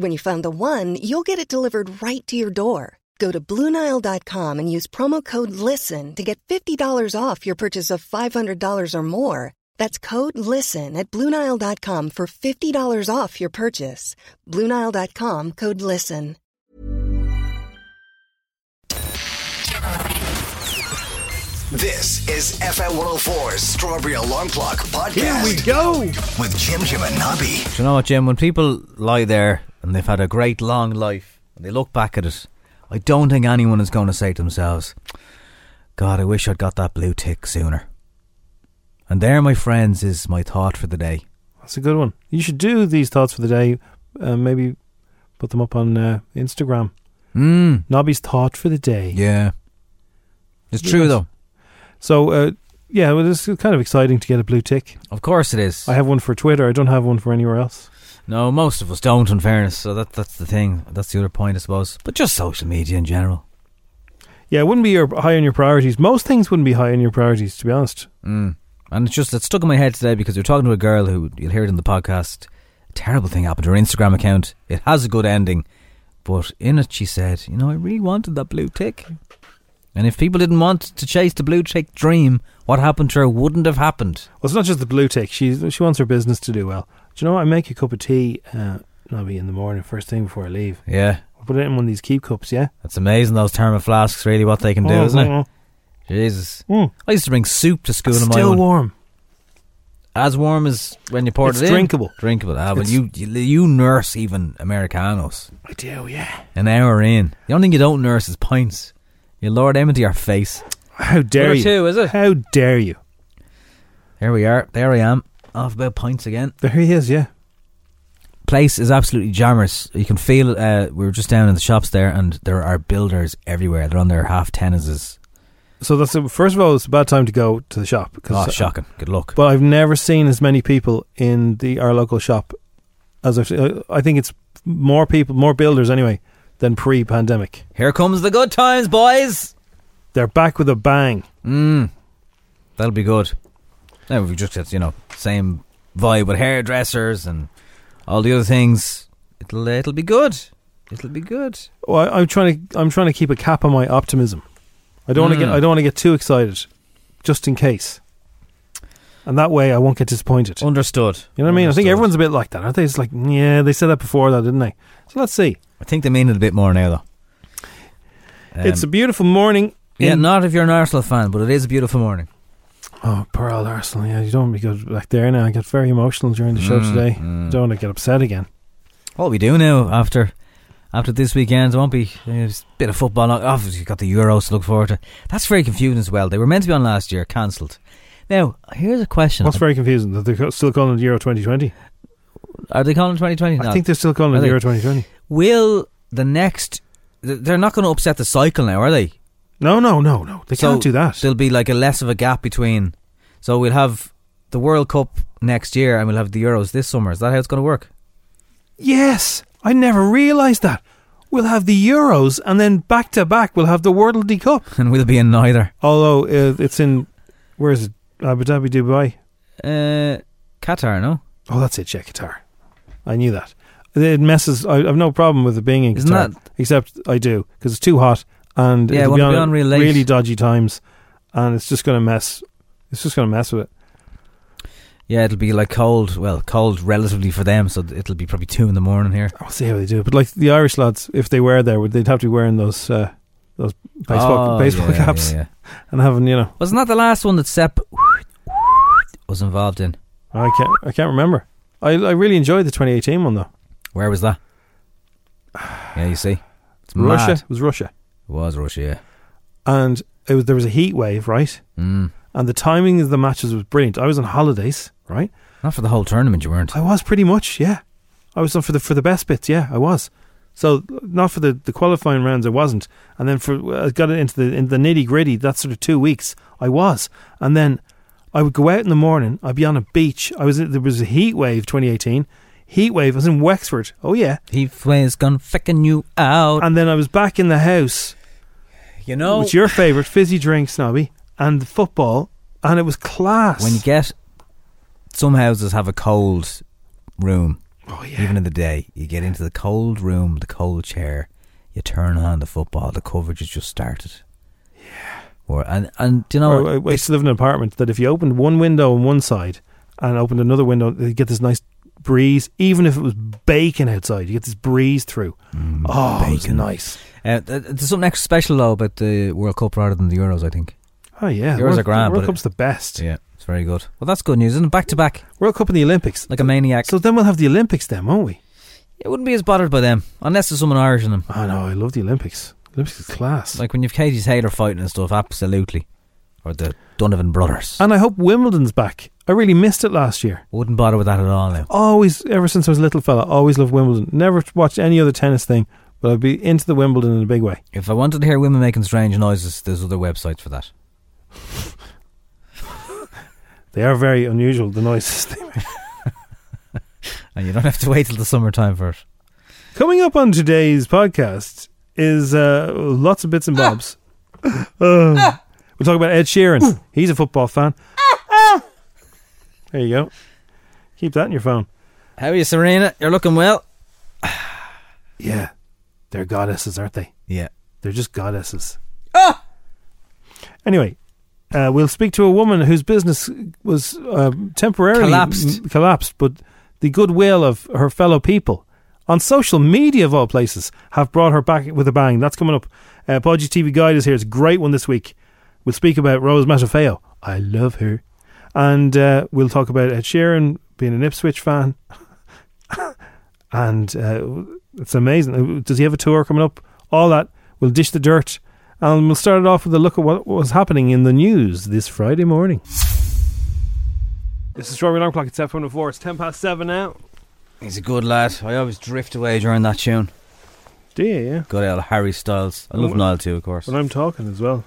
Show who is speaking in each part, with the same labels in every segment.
Speaker 1: When you find the one, you'll get it delivered right to your door. Go to Bluenile.com and use promo code LISTEN to get $50 off your purchase of $500 or more. That's code LISTEN at Bluenile.com for $50 off your purchase. Bluenile.com code LISTEN.
Speaker 2: This is FM 104's Strawberry Alarm Clock
Speaker 3: Here
Speaker 2: Podcast
Speaker 3: we go.
Speaker 2: with Jim Jim and Nobby.
Speaker 4: Do you know what, Jim? When people lie there and they've had a great long life and they look back at it, I don't think anyone is going to say to themselves, God, I wish I'd got that blue tick sooner. And there, my friends, is my thought for the day.
Speaker 3: That's a good one. You should do these thoughts for the day. Uh, maybe put them up on uh, Instagram.
Speaker 4: Mm,
Speaker 3: Nobby's thought for the day.
Speaker 4: yeah. It's
Speaker 3: Yes.
Speaker 4: true, though.
Speaker 3: So, uh, yeah, well, it's kind of exciting to get a blue tick.
Speaker 4: Of course it is.
Speaker 3: I have one for Twitter. I don't have one for anywhere else.
Speaker 4: no, most of us don't, in fairness. So that, that's the thing. That's the other point, I suppose. But just social media in general.
Speaker 3: Yeah, it wouldn't be your, high on your priorities. Most things wouldn't be high on your priorities, to be honest.
Speaker 4: Mm. And it's just it stuck in my head today because we are talking to a girl who you'll hear it in the podcast. A terrible thing happened to her Instagram account. It has a good ending, but in it she said, "You know, I really wanted that blue tick." And if people didn't want to chase the blue tick dream, what happened to her wouldn't have happened.
Speaker 3: Well, it's not just the blue tick. She she wants her business to do well. Do you know what? I make a cup of tea, uh, Nobby, in the morning, first thing before I leave.
Speaker 4: Yeah,
Speaker 3: I put it in one of these keep cups, yeah? Oh,
Speaker 4: that's amazing. Those thermoflasks, really, what they can do, isn't it? Jesus,
Speaker 3: Mm.
Speaker 4: I used to bring soup to school in my
Speaker 3: Still
Speaker 4: one.
Speaker 3: warm.
Speaker 4: as warm as when you poured
Speaker 3: It's
Speaker 4: it in.
Speaker 3: drinkable.
Speaker 4: drinkable. Ah, but
Speaker 3: It's-
Speaker 4: you, you you nurse even americanos.
Speaker 3: I do, yeah.
Speaker 4: An hour in. The only thing you don't nurse is pints. You lower them into your face.
Speaker 3: How dare
Speaker 4: Number
Speaker 3: you?
Speaker 4: two, is it?
Speaker 3: How dare you?
Speaker 4: Here we are. There I am. Off about pints again.
Speaker 3: There he is, yeah.
Speaker 4: Place is absolutely jammers. You can feel. Uh, we were just down in the shops there, and there are builders everywhere. They're on their half tennises.
Speaker 3: So that's a, first of all, it's a bad time to go to the shop. uh,
Speaker 4: Oh, shocking! Good luck.
Speaker 3: But I've never seen as many people in the our local shop as I've. se- uh, I think it's more people, more builders anyway, than pre-pandemic.
Speaker 4: Here comes the good times, boys.
Speaker 3: They're back with a bang.
Speaker 4: Mm. That'll be good. Now we just get you know same vibe with hairdressers and all the other things. It'll it'll be good. It'll be good.
Speaker 3: Well, I, I'm trying to. I'm trying to keep a cap on my optimism. I don't want to
Speaker 4: Mm.
Speaker 3: get. I don't want to get too excited, just in case. And that way, I won't get disappointed.
Speaker 4: Understood.
Speaker 3: You know what I mean? I think
Speaker 4: Oh, Understood.
Speaker 3: everyone's a bit like that, aren't they? It's like, yeah, they said that before, that didn't they? So let's see.
Speaker 4: I think they mean it a bit more now, though. Um,
Speaker 3: it's a beautiful morning.
Speaker 4: yeah,
Speaker 3: in-
Speaker 4: not if you're an Arsenal fan, but it is a beautiful morning.
Speaker 3: Oh, poor old Arsenal. Yeah, you don't want to go back there now. I got very emotional during the show
Speaker 4: Mm,
Speaker 3: today.
Speaker 4: mm.
Speaker 3: Don't want to get upset again.
Speaker 4: What we do now after after this weekend it won't be uh, it's a bit of football. Not, obviously, you've got the Euros to look forward to. That's very confusing as well. They were meant to be on last year, cancelled. Now, here's a question:
Speaker 3: That's very confusing that they're co- still calling it Euro 2020.
Speaker 4: Are they calling 2020?
Speaker 3: I think they're still calling
Speaker 4: Are
Speaker 3: it
Speaker 4: they?
Speaker 3: Euro 2020.
Speaker 4: will the next? th- They're not going to upset the cycle now, are they?
Speaker 3: No, no, no, no. They
Speaker 4: So
Speaker 3: can't do that.
Speaker 4: There'll be like a less of a gap between. So we'll have the World Cup next year, and we'll have the Euros this summer. Is that how it's going to work?
Speaker 3: Yes, I never realised that. We'll have the Euros and then back to back we'll have the Worldly Cup.
Speaker 4: And we'll be in neither.
Speaker 3: Although uh, it's in, where is it? Abu Dhabi, Dubai.
Speaker 4: Uh, Qatar, no?
Speaker 3: Oh, that's it, yeah, Qatar. I knew that. It messes. I, I've no problem with it being in
Speaker 4: Isn't
Speaker 3: Qatar,
Speaker 4: that-
Speaker 3: except I do because it's too hot and
Speaker 4: Yeah,
Speaker 3: it'll
Speaker 4: well,
Speaker 3: be
Speaker 4: it'll
Speaker 3: on,
Speaker 4: be on real late.
Speaker 3: really dodgy times, and it's just going to mess. It's just going to mess with it.
Speaker 4: Yeah, it'll be like cold. Well, cold relatively for them, so it'll be probably two in the morning here.
Speaker 3: I'll see how they do. it. But like the Irish lads, if they were there, would they'd have to be wearing those uh, those baseball
Speaker 4: Oh,
Speaker 3: baseball
Speaker 4: yeah,
Speaker 3: caps
Speaker 4: yeah, yeah.
Speaker 3: and having you know
Speaker 4: Wasn't that the last one that Sepp was involved in?
Speaker 3: I can't I can't remember. I I really enjoyed the 2018 one though.
Speaker 4: Where was that? Yeah, you see, it's
Speaker 3: Russia
Speaker 4: mad.
Speaker 3: it was Russia,
Speaker 4: It was Russia. Yeah.
Speaker 3: and it was there was a heat wave, right? Mm. And the timing of the matches was brilliant. I was on holidays, right?
Speaker 4: Not for the whole tournament, you weren't.
Speaker 3: I was pretty much, yeah. I was on for the for the best bits, yeah. I was. So not for the, the qualifying rounds, I wasn't. And then for I got into the in the nitty gritty. That sort of two weeks, I was. And then I would go out in the morning. I'd be on a beach. I was there was a heat wave 2018. Heat wave. I was in Wexford. Oh yeah.
Speaker 4: He was gone fucking you out.
Speaker 3: And then I was back in the house
Speaker 4: you know,
Speaker 3: It's your favourite fizzy drink, Snobby, and the football, and it was class.
Speaker 4: when you get some houses have a cold room.
Speaker 3: oh yeah,
Speaker 4: Even in the day, you get into the cold room, the cold chair, you turn on the football, the coverage has just started. Yeah. Or and and do you know
Speaker 3: Or I, I used to live in an apartment that if you opened one window on one side and opened another window, you get this nice breeze. Even if it was baking outside, you get this breeze through. oh, it was
Speaker 4: baking.
Speaker 3: nice.
Speaker 4: Uh, th- there's something extra special though about the World Cup rather than the Euros. I think.
Speaker 3: Oh yeah,
Speaker 4: Euros
Speaker 3: the World-
Speaker 4: are grand,
Speaker 3: the World
Speaker 4: but it-
Speaker 3: Cup's the best.
Speaker 4: Yeah, it's very good. Well, that's good news, isn't it? Back to back,
Speaker 3: World Cup and the Olympics.
Speaker 4: like a maniac.
Speaker 3: So then we'll have the Olympics, then, won't we?
Speaker 4: it wouldn't be as bothered by them unless there's someone Irish in them.
Speaker 3: Oh no, I love the Olympics. Olympics is class.
Speaker 4: Like when you've Katie Taylor fighting and stuff, absolutely. Or the Donovan brothers.
Speaker 3: and I hope Wimbledon's back. I really missed it last year.
Speaker 4: Wouldn't bother with that at all now.
Speaker 3: always ever since I was a little fella, always loved Wimbledon. Never watched any other tennis thing, but I'd be into the Wimbledon in a big way.
Speaker 4: If I wanted to hear women making strange noises, there's other websites for that.
Speaker 3: They are very unusual, the noises. they make.
Speaker 4: And you don't have to wait till the summertime for it.
Speaker 3: Coming up on today's podcast is uh, lots of bits and bobs. Um, we'll talk about Ed Sheeran. He's a football fan. Ah. There you go. Keep that in your phone.
Speaker 4: How are you, Serena? You're looking well.
Speaker 3: Yeah, they're goddesses, aren't they?
Speaker 4: Yeah.
Speaker 3: They're just goddesses. Ah! Anyway, uh, we'll speak to a woman whose business was uh, temporarily
Speaker 4: Collapsed.
Speaker 3: m- collapsed, but the goodwill of her fellow people on social media, of all places, have brought her back with a bang. That's coming up. Uh, Podgy TV Guide is here. It's a great one this week. We'll speak about Rose Matafeo. I love her. And uh, we'll talk about Ed Sheeran being an Ipswich fan. and uh, it's amazing. Uh, Does he have a tour coming up? All that. We'll dish the dirt. And we'll start it off with a look at what was happening in the news this Friday morning. This is Strawberry Alarm Clock. It's F104. It's 10 past 7 now.
Speaker 4: He's a good lad. I always drift away during that tune.
Speaker 3: Do you, yeah?
Speaker 4: Good old Harry Styles. I love Niall too, of course.
Speaker 3: When I'm talking as well,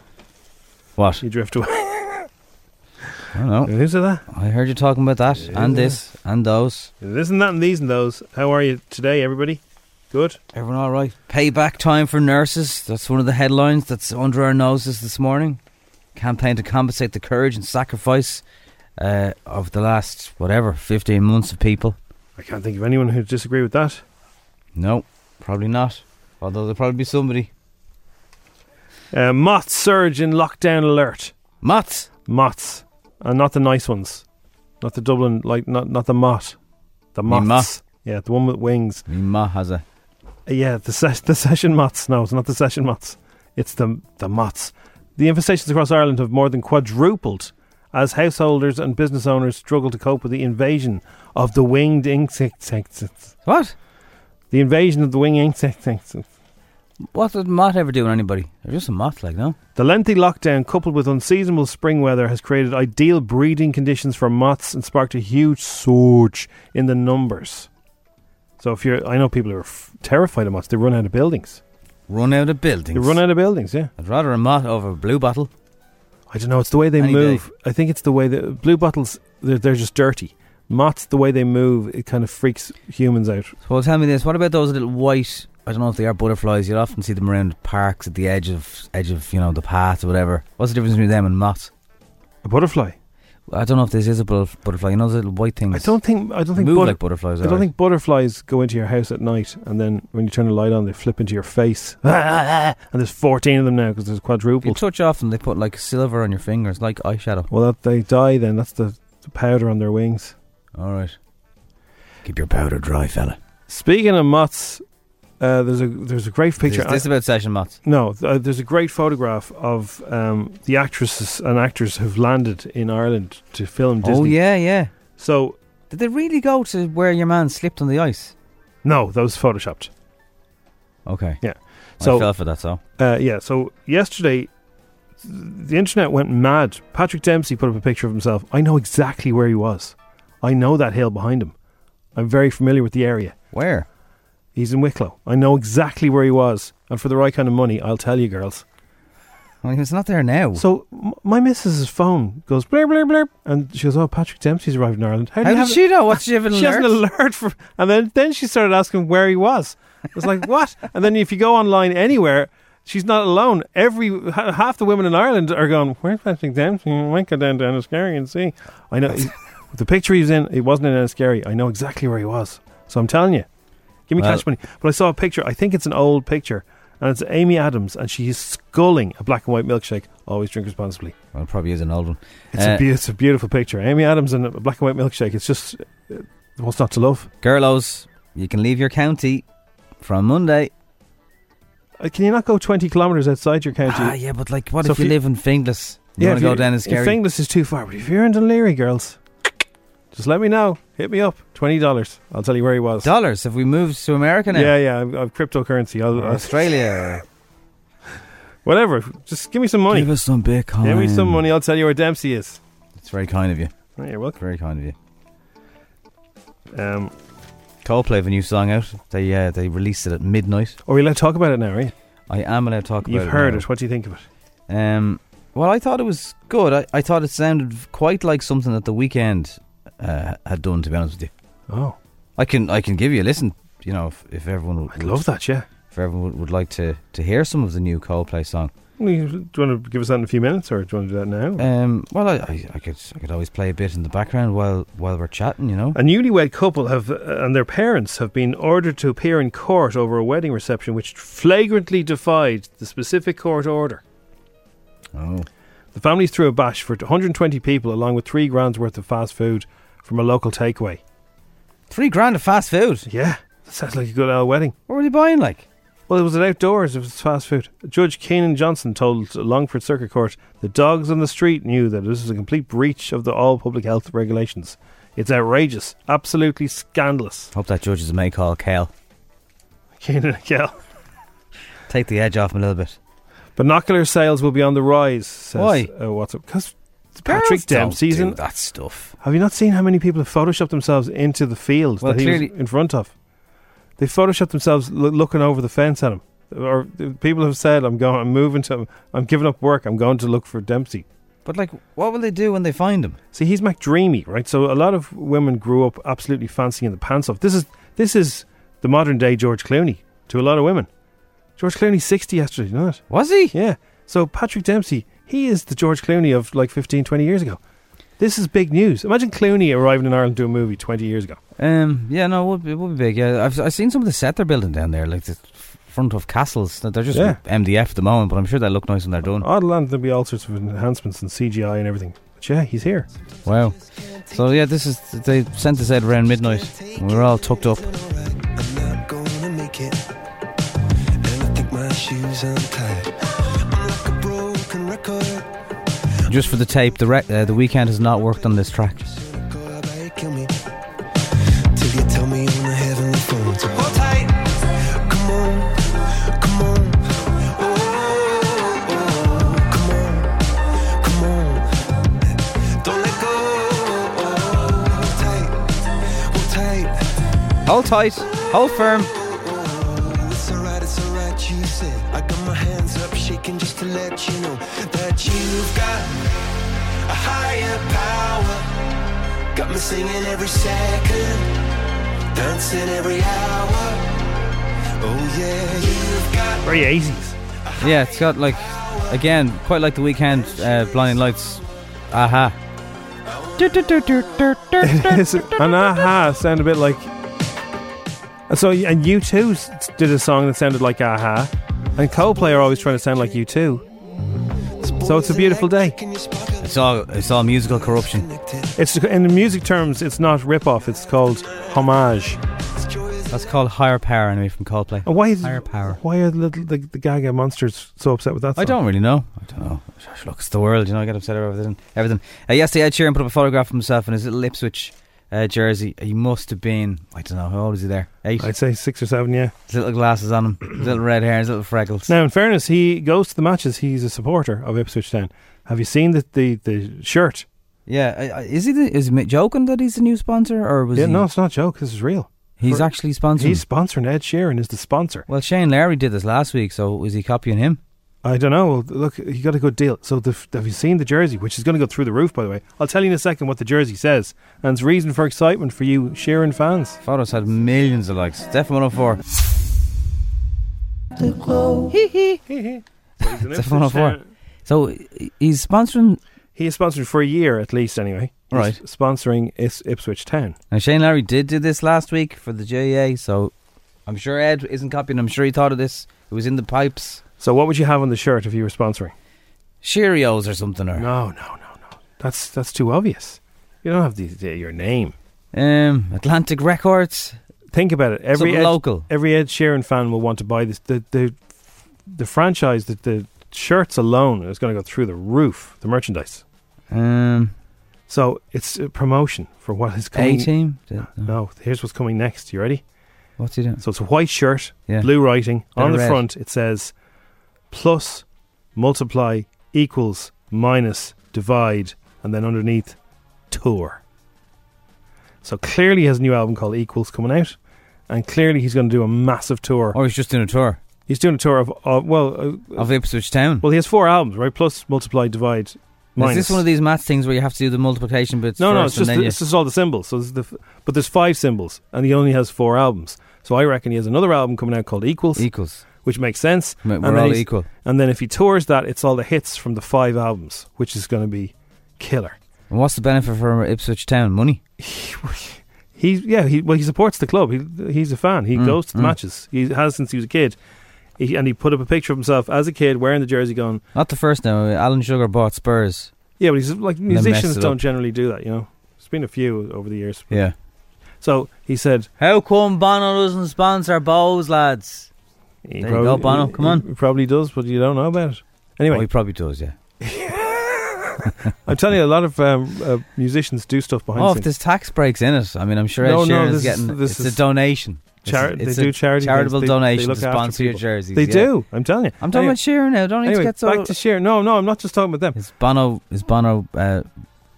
Speaker 4: What?
Speaker 3: you drift away.
Speaker 4: I don't know.
Speaker 3: Who's that?
Speaker 4: I heard you talking about that and this and those.
Speaker 3: This and that and these and those. How are you today, everybody? Good?
Speaker 4: Everyone all right? Payback time for nurses. That's one of the headlines that's under our noses this morning. Campaign to compensate the courage and sacrifice uh, of the last whatever fifteen months of people.
Speaker 3: I can't think of anyone who'd disagree with that.
Speaker 4: No, probably not. Although there'll probably be somebody.
Speaker 3: Uh, Mots surge in lockdown alert.
Speaker 4: Mats.
Speaker 3: Mots. And uh, not the nice ones. Not the Dublin, like, not, not the Mott. The
Speaker 4: Me
Speaker 3: Mots.
Speaker 4: Mott.
Speaker 3: Yeah, the one with wings.
Speaker 4: Me ma has a.
Speaker 3: Uh, Yeah, the ses- the session mots. No, it's not the session mots. It's the the mots. The infestations across Ireland have more than quadrupled as householders and business owners struggle to cope with the invasion of the winged insects.
Speaker 4: What?
Speaker 3: The invasion of the winged insects.
Speaker 4: What did Mott ever do on anybody? They're just a Mott, like no.
Speaker 3: The lengthy lockdown coupled with unseasonable spring weather has created ideal breeding conditions for moths and sparked a huge surge in the numbers. So if you're I know people who are f- terrified of moths, they run out of buildings.
Speaker 4: Run out of buildings.
Speaker 3: They run out of buildings, yeah.
Speaker 4: I'd rather a Mott over a blue bottle.
Speaker 3: I don't know. It's the way they
Speaker 4: Any
Speaker 3: move. I think it's the way the blue bottles. They're, they're just dirty. Mott's the way they move. It kind of freaks humans out.
Speaker 4: Well, tell me this: What about those little white? I don't know if they are butterflies. You'll often see them around parks at the edge of edge of you know the path or whatever. What's the difference between them and moths?
Speaker 3: A butterfly.
Speaker 4: I don't know if this is a butterf- butterfly. You know those little white things.
Speaker 3: I don't think. I don't
Speaker 4: They
Speaker 3: think.
Speaker 4: move
Speaker 3: butter-
Speaker 4: like butterflies.
Speaker 3: I don't
Speaker 4: alright.
Speaker 3: think butterflies go into your house at night, and then when you turn the light on, they flip into your face. and there's fourteen of them now because there's
Speaker 4: If you
Speaker 3: quadrupled.
Speaker 4: touch off them, they put like silver on your fingers, like eyeshadow.
Speaker 3: well, that they die. Then that's the, the powder on their wings.
Speaker 4: All right. Keep your powder dry, fella.
Speaker 3: Speaking of moths, uh, there's a there's a great picture.
Speaker 4: Is this about session moths?
Speaker 3: No, th- uh, there's a great photograph of um, the actresses and actors who've landed in Ireland to film Disney.
Speaker 4: Oh yeah, yeah.
Speaker 3: So
Speaker 4: Did they really go to where your man slipped on the ice?
Speaker 3: no, that was photoshopped.
Speaker 4: Okay.
Speaker 3: Yeah.
Speaker 4: I
Speaker 3: So
Speaker 4: fell for that, so.
Speaker 3: Uh, yeah, so yesterday, the internet went mad. Patrick Dempsey put up a picture of himself. I know exactly where he was. I know that hill behind him. I'm very familiar with the area.
Speaker 4: Where?
Speaker 3: He's in Wicklow. I know exactly where he was. And for the right kind of money, I'll tell you, girls.
Speaker 4: Well, he's not there now.
Speaker 3: So m- my missus's phone goes blur blur blur, and she goes, "Oh, Patrick Dempsey's arrived in Ireland." do
Speaker 4: How
Speaker 3: you
Speaker 4: did
Speaker 3: have
Speaker 4: she know? What's she have an
Speaker 3: She has an
Speaker 4: alert?
Speaker 3: alert for, and then then she started asking where he was. It's like what? And then if you go online anywhere, she's not alone. Every ha- half the women in Ireland are going. Where's Patrick Dempsey? I might go down to Enniskerry and see. I know he- the picture he was in. It wasn't in Enniskerry. I know exactly where he was. So I'm telling you, give me
Speaker 4: Well-
Speaker 3: cash money. But I saw a picture. I think it's an old picture, and it's Amy Adams, and she's sculling a black and white milkshake. Always drink responsibly.
Speaker 4: Well, it probably is an old one.
Speaker 3: It's,
Speaker 4: Uh,
Speaker 3: a, be- it's a beautiful picture. Amy Adams and a black and white milkshake. It's just uh, what's not to love.
Speaker 4: Girlos, you can leave your county from Monday.
Speaker 3: Uh, Can you not go 20 kilometres outside your county?
Speaker 4: Ah, yeah, but like, what
Speaker 3: So
Speaker 4: if
Speaker 3: if
Speaker 4: you,
Speaker 3: you-
Speaker 4: live in Finglas? You want
Speaker 3: if
Speaker 4: to go
Speaker 3: you-
Speaker 4: down and
Speaker 3: if
Speaker 4: scary?
Speaker 3: Finglas is too far, but if you're in Dunleary, girls, just let me know. Hit me up. $20. I'll tell you where he was.
Speaker 4: Dollars? Have we moved to America now?
Speaker 3: yeah, yeah. I've, I've cryptocurrency. I'll,
Speaker 4: Or
Speaker 3: I'll-
Speaker 4: Australia.
Speaker 3: whatever. Just give me some money.
Speaker 4: Give
Speaker 3: Give,
Speaker 4: us some Bitcoin.
Speaker 3: me some money. I'll tell you where Dempsey is.
Speaker 4: It's very kind of you.
Speaker 3: Oh, you're welcome.
Speaker 4: Very kind of you.
Speaker 3: Um,
Speaker 4: Coldplay have a new song out. They uh, they released it at midnight.
Speaker 3: are we allowed to talk about it now, right?
Speaker 4: I am allowed to talk about
Speaker 3: You've
Speaker 4: it.
Speaker 3: heard
Speaker 4: now.
Speaker 3: it. What do you think of it?
Speaker 4: Um, well, I thought it was good. I, I thought it sounded quite like something that the weekend uh, had done. To be honest with you,
Speaker 3: Oh,
Speaker 4: I can I can give you a listen. You know, if, if everyone would,
Speaker 3: I love that, yeah.
Speaker 4: If everyone would, would like to, to hear some of the new Coldplay song,
Speaker 3: Do you want to give us that in a few minutes or do you want to do that now?
Speaker 4: um, well, I, I, I could I could always play a bit in the background while while we're chatting. You know,
Speaker 3: A newlywed couple have, uh, and their parents have been ordered to appear in court over a wedding reception which flagrantly defied the specific court order.
Speaker 4: oh,
Speaker 3: The families threw a bash for 120 people, along with three grand's worth of fast food from a local takeaway.
Speaker 4: three grand of fast food.
Speaker 3: Yeah, that sounds like a good old wedding.
Speaker 4: What were they buying? Like,
Speaker 3: Well, it was at outdoors, it was fast food. Judge Keenan Johnson told Longford Circuit Court the dogs on the street knew that this was a complete breach of the all public health regulations. It's outrageous, absolutely scandalous.
Speaker 4: hope that judge is a may call Kale.
Speaker 3: Keenan and Kel.
Speaker 4: Take the edge off him a little bit.
Speaker 3: Binocular sales will be on the rise. Says,
Speaker 4: Why?
Speaker 3: Uh, what's up? Because Patrick
Speaker 4: Girls don't
Speaker 3: Dempsey's
Speaker 4: do
Speaker 3: in.
Speaker 4: that stuff.
Speaker 3: Have you not seen how many people have photoshopped themselves into the field
Speaker 4: Well,
Speaker 3: that he
Speaker 4: clearly-
Speaker 3: was in front of? They photoshopped themselves loo- looking over the fence at him. Or uh, people have said, "I'm going. I'm moving to. I'm giving up work. I'm going to look for Dempsey."
Speaker 4: But like, what will they do when they find him?
Speaker 3: See, he's McDreamy, right? So a lot of women grew up absolutely fancying the pants off. This is this is the modern day George Clooney to a lot of women. George Clooney, sixty yesterday, you know that?
Speaker 4: Was he?
Speaker 3: Yeah. So Patrick Dempsey, he is the George Clooney of like 15, 20 years ago. This is big news. Imagine Clooney arriving in Ireland doing a movie 20 years ago.
Speaker 4: Um, yeah, no, it would be, it would be big. Yeah, I've, I've seen some of the set they're building down there, like the f- front of castles. That They're just
Speaker 3: Yeah.
Speaker 4: MDF at the moment, but I'm sure they look nice when they're done.
Speaker 3: Odd land, there'll be all sorts of enhancements and CGI and everything. But yeah, he's here.
Speaker 4: Wow. So yeah, this is they sent this out around midnight. and we were all tucked up.
Speaker 5: I'm not gonna make it. And I think my shoes untied. I'm like a broken record.
Speaker 4: Just for the tape, the re- uh, the weekend has not worked on this track.
Speaker 5: Could I buy it, kill me? Till you tell me on the heavenly phone. So hold tight. Come on, come on. Oh, oh, oh. Come on, come on. Don't let go. Hold tight, hold tight.
Speaker 4: Hold tight, hold firm.
Speaker 5: It's alright, it's alright, you said. I got my hands up shaking just to let you know that you've got a higher power. Got me singing every second, dancing every hour. Oh yeah, you've got
Speaker 3: Very 80s.
Speaker 4: Yeah, it's got like again quite like the weekend. Uh, blinding lights. Aha.
Speaker 3: It's- and aha sound a bit like. And so, and you too did a song that sounded like aha. And Coldplay are always trying to sound like you too. So it's a beautiful day.
Speaker 5: Can you sparkle
Speaker 4: It's all it's all musical corruption.
Speaker 3: It's in music terms, it's not rip off. It's called homage.
Speaker 4: That's called higher power anyway from Coldplay.
Speaker 3: And why is
Speaker 4: higher power?
Speaker 3: Why are the, little- the the Gaga monsters so upset with that? Song?
Speaker 4: I don't really know. I don't know. Look, it's the world, you know. I get upset about everything. Everything. Uh, yesterday, Ed Sheeran put up a photograph of himself and his little Ipswich uh, jersey. He must have been, I don't know, how old is he there? 8
Speaker 3: I'd say six or seven, yeah.
Speaker 4: His little glasses on him, his little red hair, his little freckles.
Speaker 3: Now, in fairness, he goes to the matches. He's a supporter of Ipswich Town. Have you seen the, the, the shirt?
Speaker 4: Yeah, I- I- is he the, is he joking that he's the new sponsor or was
Speaker 3: Yeah,
Speaker 4: he?
Speaker 3: no, it's not a joke. This is real.
Speaker 4: he's
Speaker 3: For-
Speaker 4: actually sponsoring.
Speaker 3: He's sponsoring Ed Sheeran. Is the sponsor?
Speaker 4: well, Shane Larry did this last week, so was he copying him?
Speaker 3: I don't know. Well, Look, he got a good deal. So the, have you seen the jersey, which is going to go through the roof? By the way, I'll tell you in a second what the jersey says, and it's reason for excitement for you Sheeran fans.
Speaker 4: Photos had millions of likes. oh Stefan 104. Stefan 104. So he- he's sponsoring.
Speaker 3: He is sponsored for a year at least, anyway. He's
Speaker 4: Right.
Speaker 3: sponsoring Is- Ipswich Town.
Speaker 4: Now Shane Larry did do this last week for the JEA, so I'm sure Ed isn't copying. I'm sure he thought of this. It was in the pipes.
Speaker 3: So what would you have on the shirt if you were sponsoring?
Speaker 4: Cheerios or something, or
Speaker 3: No, no, no, no. That's that's too obvious. You don't have the, the, your name.
Speaker 4: um, Atlantic Records.
Speaker 3: Think about it. Every
Speaker 4: Something
Speaker 3: Ed,
Speaker 4: local.
Speaker 3: every Ed Sheeran fan will want to buy this. The the the franchise that the shirts alone is going to go through the roof. The merchandise.
Speaker 4: Um,
Speaker 3: So it's a promotion for what is
Speaker 4: A
Speaker 3: coming.
Speaker 4: team. uh,
Speaker 3: No, here's what's coming next. You ready?
Speaker 4: What's he doing?
Speaker 3: So it's a white shirt,
Speaker 4: Yeah.
Speaker 3: blue writing.
Speaker 4: Bit
Speaker 3: On
Speaker 4: of
Speaker 3: the
Speaker 4: red.
Speaker 3: front, it says plus, multiply, equals, minus, divide, and then underneath, tour. So clearly, he has a new album called Equals coming out, and clearly, he's going to do a massive tour.
Speaker 4: Or Oh, he's just doing a tour
Speaker 3: He's doing a tour of, of well, uh,
Speaker 4: of Ipswich Town.
Speaker 3: well, he has four albums, right? Plus, multiply, divide, minus.
Speaker 4: Is this one of these math things where you have to do the multiplication bits?
Speaker 3: No,
Speaker 4: first
Speaker 3: no, it's
Speaker 4: and
Speaker 3: just
Speaker 4: then you-
Speaker 3: it's just all the symbols. So there's the f- but there's five symbols, and he only has four albums. So I reckon he has another album coming out called Equals,
Speaker 4: equals.
Speaker 3: which makes sense.
Speaker 4: We're
Speaker 3: and then
Speaker 4: all
Speaker 3: he's-
Speaker 4: equal.
Speaker 3: And then if he tours that, it's all the hits from the five albums, which is going to be killer.
Speaker 4: And what's the benefit for Ipswich Town? Money.
Speaker 3: He yeah he well he supports the club. He he's a fan. He
Speaker 4: Mm,
Speaker 3: goes to the
Speaker 4: mm.
Speaker 3: matches. He has since he was a kid. He, and he put up a picture of himself as a kid wearing the jersey, going,
Speaker 4: Not the first now. Alan Sugar bought Spurs.
Speaker 3: "Yeah, but he's like
Speaker 4: messed
Speaker 3: musicians
Speaker 4: it up.
Speaker 3: don't generally do that, you know." There's been a few over the years.
Speaker 4: Yeah.
Speaker 3: So he said,
Speaker 4: How come Bono doesn't sponsor Bose, lads?
Speaker 3: He
Speaker 4: There you go, Bono, come on.
Speaker 3: He probably does, but you don't know about it. Anyway,
Speaker 4: Oh, he probably does, yeah.
Speaker 3: I'm telling you, a lot of um, uh, musicians do stuff behind
Speaker 4: Oh,
Speaker 3: the
Speaker 4: if
Speaker 3: scenes.
Speaker 4: there's tax breaks in it, I mean, I'm sure Ed
Speaker 3: No, no,
Speaker 4: Sheeran's
Speaker 3: this is-
Speaker 4: getting
Speaker 3: this
Speaker 4: it's
Speaker 3: is
Speaker 4: a donation. It's
Speaker 3: Chari-
Speaker 4: a-
Speaker 3: they
Speaker 4: it's a
Speaker 3: do charity things.
Speaker 4: charitable
Speaker 3: They- they
Speaker 4: donation
Speaker 3: look
Speaker 4: to
Speaker 3: after
Speaker 4: sponsor your
Speaker 3: people.
Speaker 4: jerseys.
Speaker 3: They
Speaker 4: yeah.
Speaker 3: do. I'm telling you.
Speaker 4: I'm talking
Speaker 3: anyway,
Speaker 4: about Sheeran now. Don't need
Speaker 3: anyway,
Speaker 4: to get so.
Speaker 3: back to Sheeran. No, no, I'm not just talking about them.
Speaker 4: is Bono is Bono uh,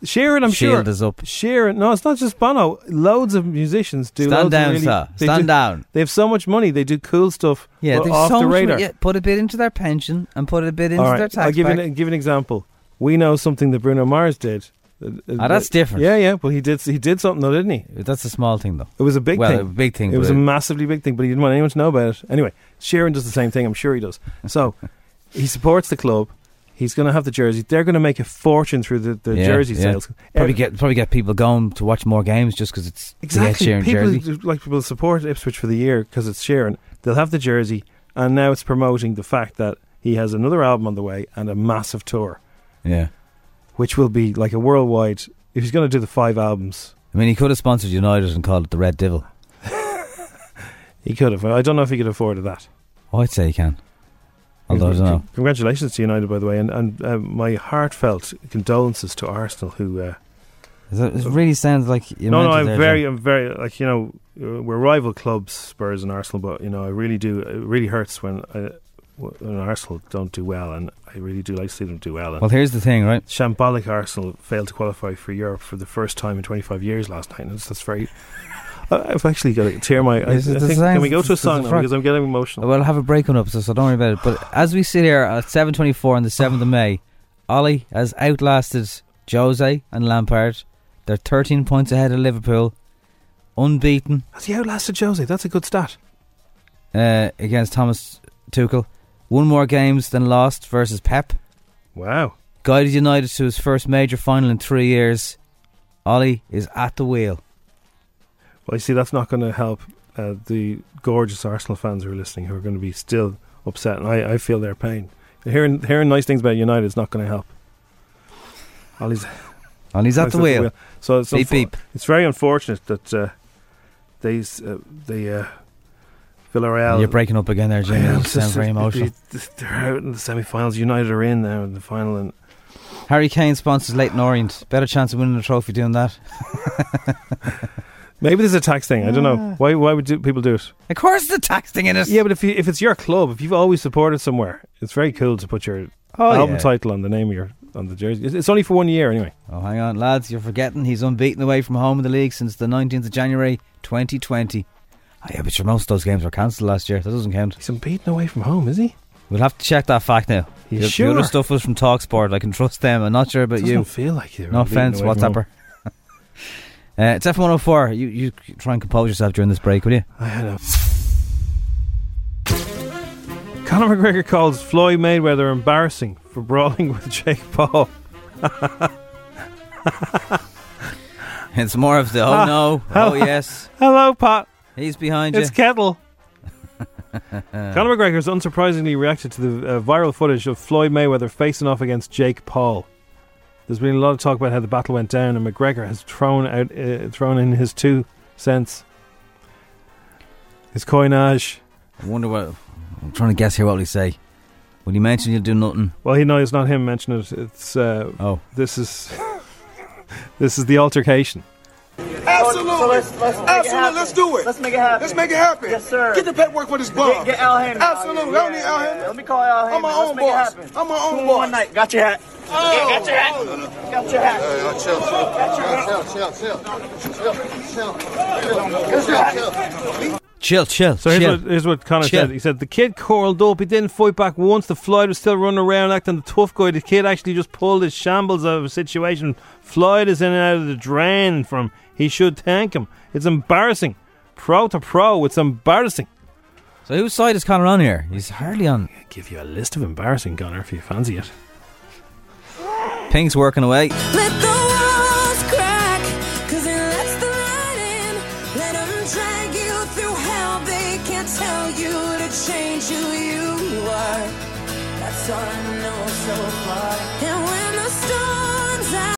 Speaker 3: Sheeran, I'm
Speaker 4: shield
Speaker 3: sure.
Speaker 4: is up.
Speaker 3: Sheeran. No, it's not just Bono. Loads of musicians do. loads
Speaker 4: Stand
Speaker 3: of
Speaker 4: down,
Speaker 3: really,
Speaker 4: sir.
Speaker 3: they
Speaker 4: Stand
Speaker 3: do-
Speaker 4: down.
Speaker 3: They have so much money. They do cool stuff.
Speaker 4: Yeah,
Speaker 3: but
Speaker 4: there's
Speaker 3: off
Speaker 4: so
Speaker 3: the
Speaker 4: much
Speaker 3: radar.
Speaker 4: money- yeah, put a bit into their pension and put a bit into
Speaker 3: All
Speaker 4: their
Speaker 3: right,
Speaker 4: tax.
Speaker 3: I'll give you,
Speaker 4: back.
Speaker 3: an, give you an example. We know something that Bruno Mars did. Uh, uh,
Speaker 4: Ah, that's different.
Speaker 3: Yeah, yeah. Well, he did. He did something though, didn't he?
Speaker 4: That's a small thing, though.
Speaker 3: It was a big
Speaker 4: well,
Speaker 3: thing.
Speaker 4: a big thing.
Speaker 3: It was
Speaker 4: but
Speaker 3: a massively big thing, but he didn't want anyone to know about it. Anyway, Sheeran does the same thing. I'm sure he does. So he supports the club. He's going to have the jersey. They're going to make a fortune through the, the
Speaker 4: Yeah,
Speaker 3: jersey
Speaker 4: yeah.
Speaker 3: sales.
Speaker 4: probably
Speaker 3: Ev-
Speaker 4: get probably get people going to watch more games just because it's
Speaker 3: exactly.
Speaker 4: the Ed Sheeran
Speaker 3: people
Speaker 4: jersey.
Speaker 3: like people support Ipswich for the year because it's Sheeran. They'll have the jersey, and now it's promoting the fact that he has another album on the way and a massive tour,
Speaker 4: Yeah,
Speaker 3: which will be like a worldwide. If he's going to do the five albums,
Speaker 4: I mean, he could have sponsored United and called it the Red Devil.
Speaker 3: he could have. I don't know if he could afford that.
Speaker 4: Oh, I'd say he can. Although I don't know.
Speaker 3: Congratulations to United, by the way, and, and uh, my heartfelt condolences to Arsenal, who. Uh,
Speaker 4: Is that- It really sounds like you
Speaker 3: no, no,
Speaker 4: meant it
Speaker 3: I'm
Speaker 4: there,
Speaker 3: very,
Speaker 4: Jim.
Speaker 3: I'm very, like, you know, uh, we're rival clubs, Spurs and Arsenal, but, you know, I really do, it really hurts when, I, when Arsenal don't do well, and I really do like to see them do well. And
Speaker 4: Well, here's the thing, right?
Speaker 3: Shambolic Arsenal failed to qualify for Europe for the first time in 25 years last night, and it's, that's very. I- I've actually got a tear in my. I, I
Speaker 4: This is the
Speaker 3: think,
Speaker 4: same-
Speaker 3: can we go to a
Speaker 4: this is
Speaker 3: song
Speaker 4: the
Speaker 3: now?
Speaker 4: front.
Speaker 3: Because I'm getting emotional.
Speaker 4: We'll have a break on up, so, so don't worry about it. But as we sit here at 7.24 on the 7th of May, Ollie has outlasted Jose and Lampard. They're 13 points ahead of Liverpool, unbeaten
Speaker 3: Has he outlasted Jose? That's a good stat.
Speaker 4: uh, against Thomas Tuchel. One more games than lost versus Pep.
Speaker 3: Wow.
Speaker 4: Guided United to his first major final in three years. Ollie is at the wheel.
Speaker 3: Well, you see, that's not going to help uh, the gorgeous Arsenal fans who are listening, who are going to be still upset, and I, I feel their pain. Hearing hearing nice things about United is not going to help. Ollie's,
Speaker 4: Ollie's
Speaker 3: Ollie's
Speaker 4: at the wheel.
Speaker 3: So it's,
Speaker 4: Beep,
Speaker 3: unfor-
Speaker 4: beep.
Speaker 3: it's very unfortunate that uh, they s- uh, they uh, Villarreal.
Speaker 4: You're breaking up again there, Jimmy.
Speaker 3: Yeah,
Speaker 4: That
Speaker 3: it's
Speaker 4: sounds
Speaker 3: just-
Speaker 4: very
Speaker 3: they-
Speaker 4: emotional.
Speaker 3: they- They're out in the semi-finals. United are in now in the final, and
Speaker 4: Harry Kane sponsors Leighton Orient. Better chance of winning a trophy doing that.
Speaker 3: Maybe there's a tax thing. I don't know. Why why would do, people do it?
Speaker 4: Of course, the tax thing in it.
Speaker 3: Yeah, but if you, if it's your club, if you've always supported somewhere, it's very cool to put your
Speaker 4: Oh,
Speaker 3: album
Speaker 4: yeah.
Speaker 3: title on the name of your on the jersey. It's, it's only for one year anyway.
Speaker 4: Oh, hang on, lads. You're forgetting he's unbeaten away from home in the league since the 19th of January 2020. Oh, yeah, but sure, most of those games were cancelled last year. That doesn't count.
Speaker 3: He's unbeaten away from home, is he?
Speaker 4: We'll have to check that fact now.
Speaker 3: You
Speaker 4: the,
Speaker 3: sure?
Speaker 4: the other stuff was from Talksport. I can trust them. I'm not sure about
Speaker 3: Doesn't
Speaker 4: you.
Speaker 3: feel like you.
Speaker 4: No offense, WhatsApper. uh, it's F104. You, you try and compose yourself during this break, will you?
Speaker 3: I had a. Conor McGregor calls Floyd Mayweather embarrassing for brawling with Jake Paul.
Speaker 4: It's more of the oh
Speaker 3: Ah,
Speaker 4: no, oh
Speaker 3: hello.
Speaker 4: yes,
Speaker 3: Hello, Pat.
Speaker 4: he's behind you.
Speaker 3: It's Kettle. Conor McGregor's unsurprisingly reacted to the uh, viral footage of Floyd Mayweather facing off against Jake Paul. There's been a lot of talk about how the battle went down, and McGregor has thrown out, uh, thrown in his two cents, his coinage.
Speaker 4: I wonder what. I'm trying to guess here what he'll say. Will he mention you'll do nothing?
Speaker 3: Well, he knows it's not him mentioning it. It's uh,
Speaker 4: Oh,
Speaker 3: this is this is the altercation.
Speaker 6: Absolutely. Absolutely. Let's do it. Let's make it happen. Let's make it happen. Yes, sir. Get the paperwork for this bum. Get, Al Heyman. Absolutely. I don't need Al Heyman. Let me call Al Heyman. I'm my own boss. I'm my own boss. One night. Got your hat. got your hat. Got your hat.
Speaker 4: chill, chill,
Speaker 3: So here's
Speaker 4: chill.
Speaker 3: what, here's what Connor
Speaker 4: Chill.
Speaker 3: said. He said the kid curled up. He didn't fight back once. The Floyd was still running around acting the tough guy. The kid actually just pulled his shambles out of a situation. Floyd is in and out of the drain from. He should thank him. It's embarrassing. Pro to pro, it's embarrassing.
Speaker 4: so whose side is Connor on here? He's hardly on.
Speaker 3: I give you a list of embarrassing Connor if you fancy it.
Speaker 4: Pink's working away.
Speaker 7: Let the walls crack, cause it lets the light in. Let 'em drag you through hell. They can't tell you to change who you are. That's all I know so far. And when the storm's out.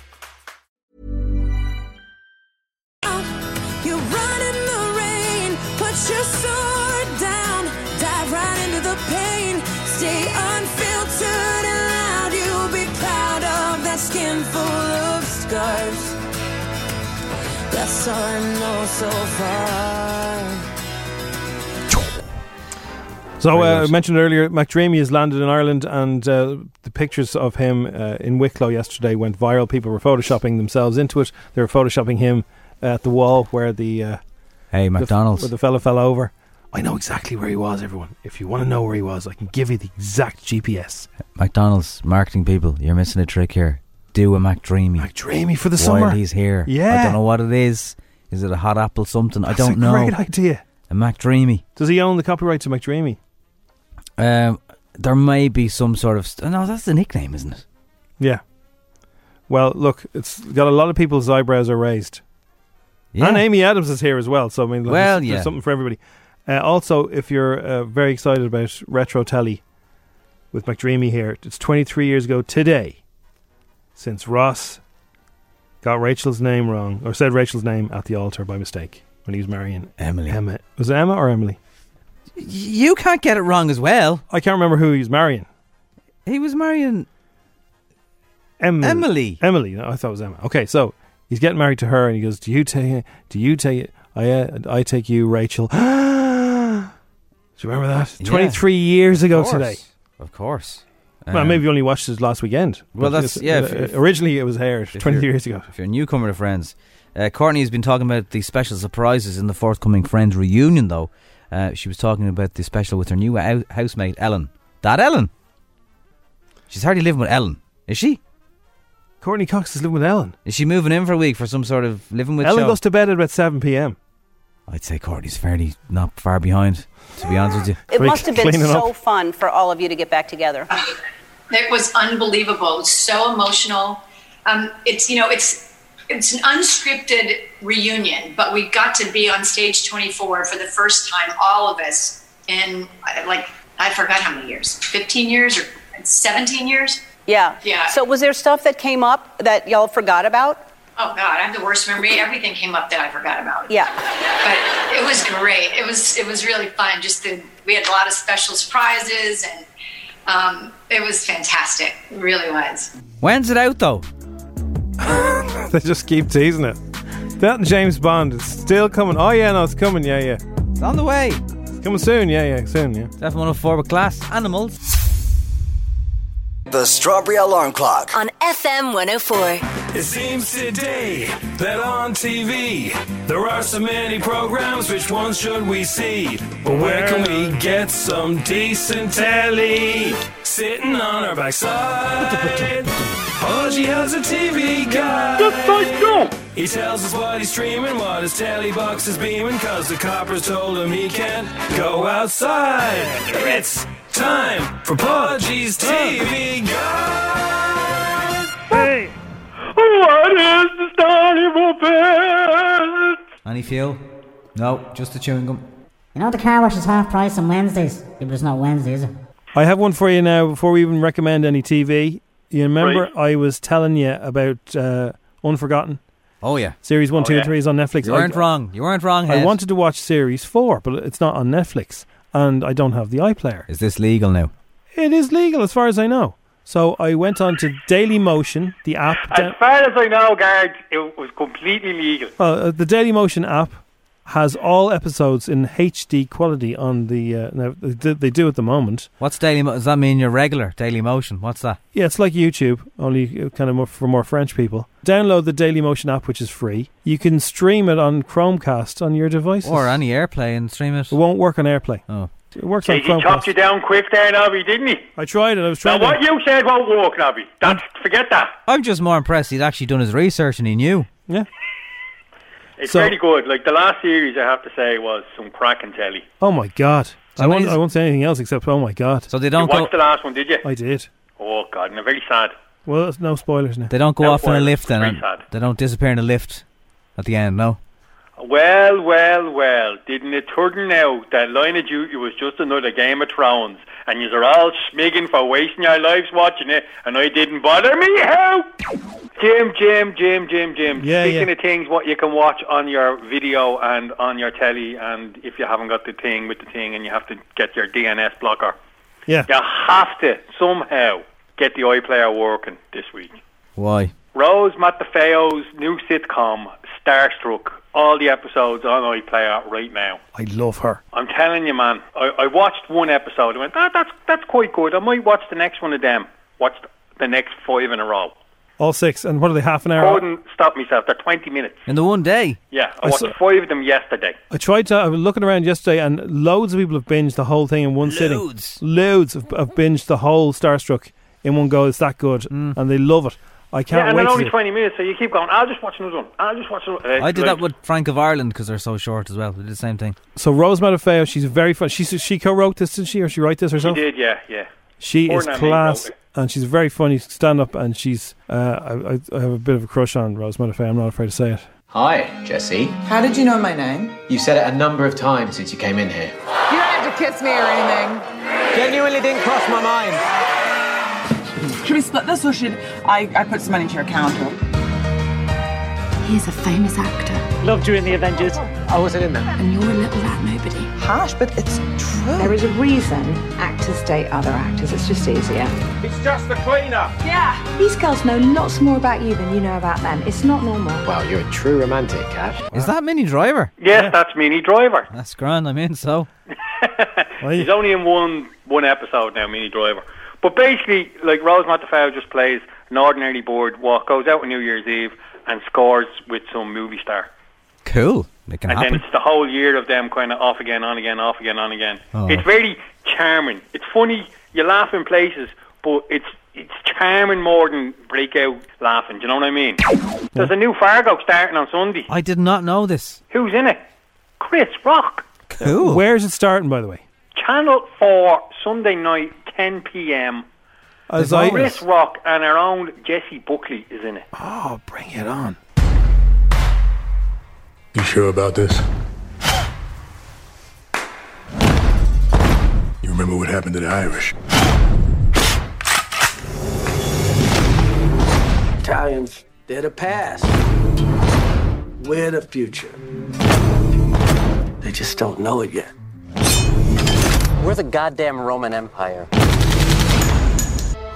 Speaker 7: You run in the rain, put your sword down, dive right into the pain. Stay unfiltered and loud. You'll be proud of that skin full of scars. That's all I know so far.
Speaker 3: So
Speaker 4: Very
Speaker 3: uh, I
Speaker 4: nice.
Speaker 3: mentioned earlier, McDreamy has landed in Ireland, and uh, the pictures of him uh, in Wicklow yesterday went viral. People were photoshopping themselves into it. They were photoshopping him at the wall where the uh,
Speaker 4: Hey,
Speaker 3: the-
Speaker 4: McDonald's.
Speaker 3: where the fella fell over. I know exactly where he was, everyone. If you want to know where he was, I can give you the exact GPS.
Speaker 4: McDonald's marketing people, you're missing a trick here. Do a McDreamy
Speaker 3: McDreamy for the
Speaker 4: while
Speaker 3: summer.
Speaker 4: he's here. I
Speaker 3: Yeah.
Speaker 4: don't know what it is. Is it a hot apple something?
Speaker 3: That's
Speaker 4: I don't
Speaker 3: a
Speaker 4: know.
Speaker 3: Great idea.
Speaker 4: A McDreamy.
Speaker 3: Does he own the copyright to McDreamy?
Speaker 4: Um, there may be some sort of st- no. That's the nickname, isn't it?
Speaker 3: Yeah. Well, look, it's got a lot of people's eyebrows are raised.
Speaker 4: Yeah.
Speaker 3: And Amy Adams is here as well. So I mean, like,
Speaker 4: Well,
Speaker 3: there's,
Speaker 4: yeah.
Speaker 3: there's something for everybody. Uh, also, if you're uh, very excited about Retro Telly with McDreamy here, it's 23 years ago today since Ross got Rachel's name wrong or said Rachel's name at the altar by mistake when he was marrying
Speaker 4: Emily.
Speaker 3: Emma. Was it Emma or Emily?
Speaker 4: You can't get it wrong as well.
Speaker 3: I can't remember who he was marrying.
Speaker 4: He was marrying
Speaker 3: Emily.
Speaker 4: Emily.
Speaker 3: Emily. No, I thought it was Emma. Okay, so he's getting married to her, and he goes, "Do you take it? Do you take it? I uh, I take you, Rachel." Do you remember that?
Speaker 4: Yeah.
Speaker 3: Twenty three years ago
Speaker 4: Of course.
Speaker 3: today.
Speaker 4: Of course.
Speaker 3: well,
Speaker 4: Um,
Speaker 3: maybe you only watched it last weekend.
Speaker 4: Well,
Speaker 3: But
Speaker 4: that's
Speaker 3: it's-
Speaker 4: yeah.
Speaker 3: uh, originally, it was aired
Speaker 4: if
Speaker 3: 23
Speaker 4: you're-
Speaker 3: years ago.
Speaker 4: If you're a newcomer to Friends, uh, Courtney has been talking about the special surprises in the forthcoming Friends reunion. Though uh, she was talking about the special with her new hou- housemate Ellen. That Ellen. She's hardly living with Ellen, is she?
Speaker 3: Courtney Cox is living with Ellen.
Speaker 4: Is she moving in for a week for some sort of living with?
Speaker 3: Ellen
Speaker 4: show?
Speaker 3: goes to bed at about seven p.m.
Speaker 4: I'd say Courtney's fairly not far behind. To be honest with you,
Speaker 8: It must have been so fun for all of you to get back together.
Speaker 9: It was unbelievable. So emotional. Um, it's you know it's it's an unscripted reunion, but we got to be on stage 24 for the first time, all of us in uh, like I forgot how many years, 15 years or 17 years.
Speaker 8: Yeah.
Speaker 9: Yeah.
Speaker 8: So was there stuff that came up that y'all forgot about?
Speaker 9: Oh God, I have the worst memory. Everything came up that I forgot about.
Speaker 8: Yeah.
Speaker 9: but it was great. It was it was really fun. Just the, we had a lot of special surprises, and um, it was fantastic. It really was.
Speaker 4: when's it out though?
Speaker 3: they just keep teasing it. That and James Bond is still coming. Oh yeah, no, it's coming. Yeah, yeah. It's
Speaker 4: on the way.
Speaker 3: It's coming soon. Yeah, yeah, soon. Yeah.
Speaker 4: F one hundred four with class animals.
Speaker 2: The Strawberry Alarm Clock.
Speaker 10: on FM 104.
Speaker 11: It seems today that on TV there are so many programs, which ones should we see? But where can we get some decent telly? Sitting on our backside. All she has a TV guide. He tells us what he's streaming, what his telly box is beaming, cause the coppers told him he can't go outside. It's time for Podgy's TV guide. Hey!
Speaker 12: What is the starting point?
Speaker 4: Any fuel? No, just the chewing gum.
Speaker 13: You know the car wash is half price on Wednesdays. Yeah, but it's not Wednesday, is it?
Speaker 3: I have one for you now. Before we even recommend any TV, you remember I was telling you about uh, Unforgotten.
Speaker 4: Oh yeah.
Speaker 3: Series one,
Speaker 4: Oh,
Speaker 3: two,
Speaker 4: yeah.
Speaker 3: and three is on Netflix.
Speaker 4: You weren't wrong. You weren't wrong.
Speaker 3: I
Speaker 4: Head.
Speaker 3: wanted to watch series four, but it's not on Netflix, and I don't have the iPlayer.
Speaker 4: Is this legal now?
Speaker 3: It is legal, as far as I know. So I went on to Daily Motion, the app.
Speaker 12: As far as I know, Garrett, it was completely legal.
Speaker 3: Well, uh, the Daily Motion app has all episodes in HD quality on the. Uh, now they do- they do at the moment.
Speaker 4: What's daily? Mo- does that mean you're regular daily motion? What's that?
Speaker 3: Yeah, it's like YouTube, only uh, kind of more for more French people. Download the Daily Motion app, which is free. You can stream it on Chromecast on your devices.
Speaker 4: Or any AirPlay and stream it.
Speaker 3: It won't work on AirPlay.
Speaker 4: Oh,
Speaker 3: it works on
Speaker 12: He chopped you
Speaker 3: Chromecast.
Speaker 12: down quick there, Nobby, didn't he?
Speaker 3: I tried it. I was
Speaker 12: Now,
Speaker 3: trying. to-
Speaker 12: what you said won't work, Nobby. That's, forget that.
Speaker 4: I'm just more impressed. He'd actually done his research and he knew.
Speaker 3: Yeah.
Speaker 12: It's
Speaker 4: So-
Speaker 12: very good. Like, the last series, I have to say, was some cracking telly.
Speaker 3: Oh my god!
Speaker 12: So
Speaker 3: I won't.
Speaker 12: what is-
Speaker 3: I won't say anything else except oh my god. So
Speaker 4: they
Speaker 12: you watched the last one, did you?
Speaker 3: I did.
Speaker 12: Oh, God, and a very sad.
Speaker 3: Well, it's no spoilers now.
Speaker 4: They don't go
Speaker 12: No
Speaker 4: off in a
Speaker 12: spoilers.
Speaker 4: lift then.
Speaker 12: Very
Speaker 4: and-
Speaker 12: sad.
Speaker 4: They don't disappear in a lift at the end. No.
Speaker 12: Well, well, well, didn't it turn out that Line of Duty was just another Game of Thrones, and you're all smigging for wasting your lives watching it, and I didn't bother me how? Jim, Jim, Jim, Jim, Jim.
Speaker 3: Yeah,
Speaker 12: Speaking
Speaker 3: yeah.
Speaker 12: of things, what you can watch on your video and on your telly, and if you haven't got the thing with the thing, and you have to get your DNS blocker,
Speaker 3: Yeah.
Speaker 12: you have to somehow get the iPlayer working this week.
Speaker 4: Why?
Speaker 12: Rose Matafeo's new sitcom, Starstruck, all the episodes on iPlayer right now.
Speaker 3: I love her.
Speaker 12: I'm telling you, man, I, I watched one episode and went, ah, that's, that's quite good. I might watch the next one of them. Watched the next five in a row.
Speaker 3: All six. And what are they? Half an hour.
Speaker 12: Couldn't stop myself. They're 20 minutes.
Speaker 4: In the one day.
Speaker 12: Yeah, I
Speaker 3: I
Speaker 12: watched
Speaker 3: saw-
Speaker 12: five of them yesterday.
Speaker 3: I tried to. I was looking around yesterday, and loads of people have binged the whole thing in one sitting.
Speaker 4: Loads.
Speaker 3: Loads have, have binged the whole Starstruck in one go. It's that good, and they love it.
Speaker 12: Mm. yeah,
Speaker 3: I can't
Speaker 12: and
Speaker 3: wait.
Speaker 12: they're
Speaker 3: to
Speaker 12: only
Speaker 3: see it.
Speaker 12: 20 minutes, so you keep going, I'll just watch another one. I'll just watch another uh,
Speaker 4: I did
Speaker 12: like-
Speaker 4: that with Frank of Ireland because they're so short as well. They did the same thing.
Speaker 3: So Rose Matafeo, she's very fun. She she co-wrote this, didn't she, or she wrote this
Speaker 12: You
Speaker 3: herself?
Speaker 12: did, yeah, yeah.
Speaker 3: She
Speaker 12: Or
Speaker 3: is
Speaker 12: not me,
Speaker 3: class,
Speaker 12: probably.
Speaker 3: and she's very funny stand up. And she's uh, I, I, I have a bit of a crush on Rose Matafeo. I'm not afraid to say it.
Speaker 14: Hi, Jesse.
Speaker 15: How did you know my name?
Speaker 14: You've said it a number of times since you came in here.
Speaker 15: You don't have to kiss me or anything. Genuinely didn't cross my mind. Should we split this or should I, I put some money into your account?
Speaker 16: He's a famous actor.
Speaker 14: Loved you in the Avengers. I wasn't in that.
Speaker 16: And you're a little rat nobody.
Speaker 15: harsh, but it's true.
Speaker 16: There is a reason actors date other actors. It's just easier.
Speaker 12: It's just the cleaner.
Speaker 16: Yeah. These girls know lots more about you than you know about them. It's not normal.
Speaker 14: Wow, you're a true romantic, Cat.
Speaker 4: Is that Mini Driver?
Speaker 12: Yes, that's Mini Driver.
Speaker 4: That's grand. I'm in. So
Speaker 12: He's only in one one episode now, Mini Driver. But basically, like Rose McDowell just plays an ordinary board walk, goes out on New Year's Eve, and scores with some movie star.
Speaker 4: cool. It can
Speaker 12: and
Speaker 4: happen.
Speaker 12: then it's the whole year of them kind of off again, on again, off again, on again.
Speaker 4: Oh.
Speaker 12: It's very charming. It's funny. You laugh in places, but it's it's charming more than breakout laughing. Do you know what I mean? There's a new Fargo starting on Sunday.
Speaker 4: I did not know this.
Speaker 12: Who's in it? Chris Rock.
Speaker 4: Cool.
Speaker 3: Where is it starting, by the way?
Speaker 12: Channel 4, Sunday night, 10 p.m.
Speaker 3: As I-
Speaker 12: Chris Rock and our own Jesse Buckley is in it.
Speaker 3: Oh, bring it on.
Speaker 17: You sure about this? You remember what happened to the Irish?
Speaker 18: Italians, they're the past. We're the future. They just don't know it yet.
Speaker 14: We're the goddamn Roman Empire.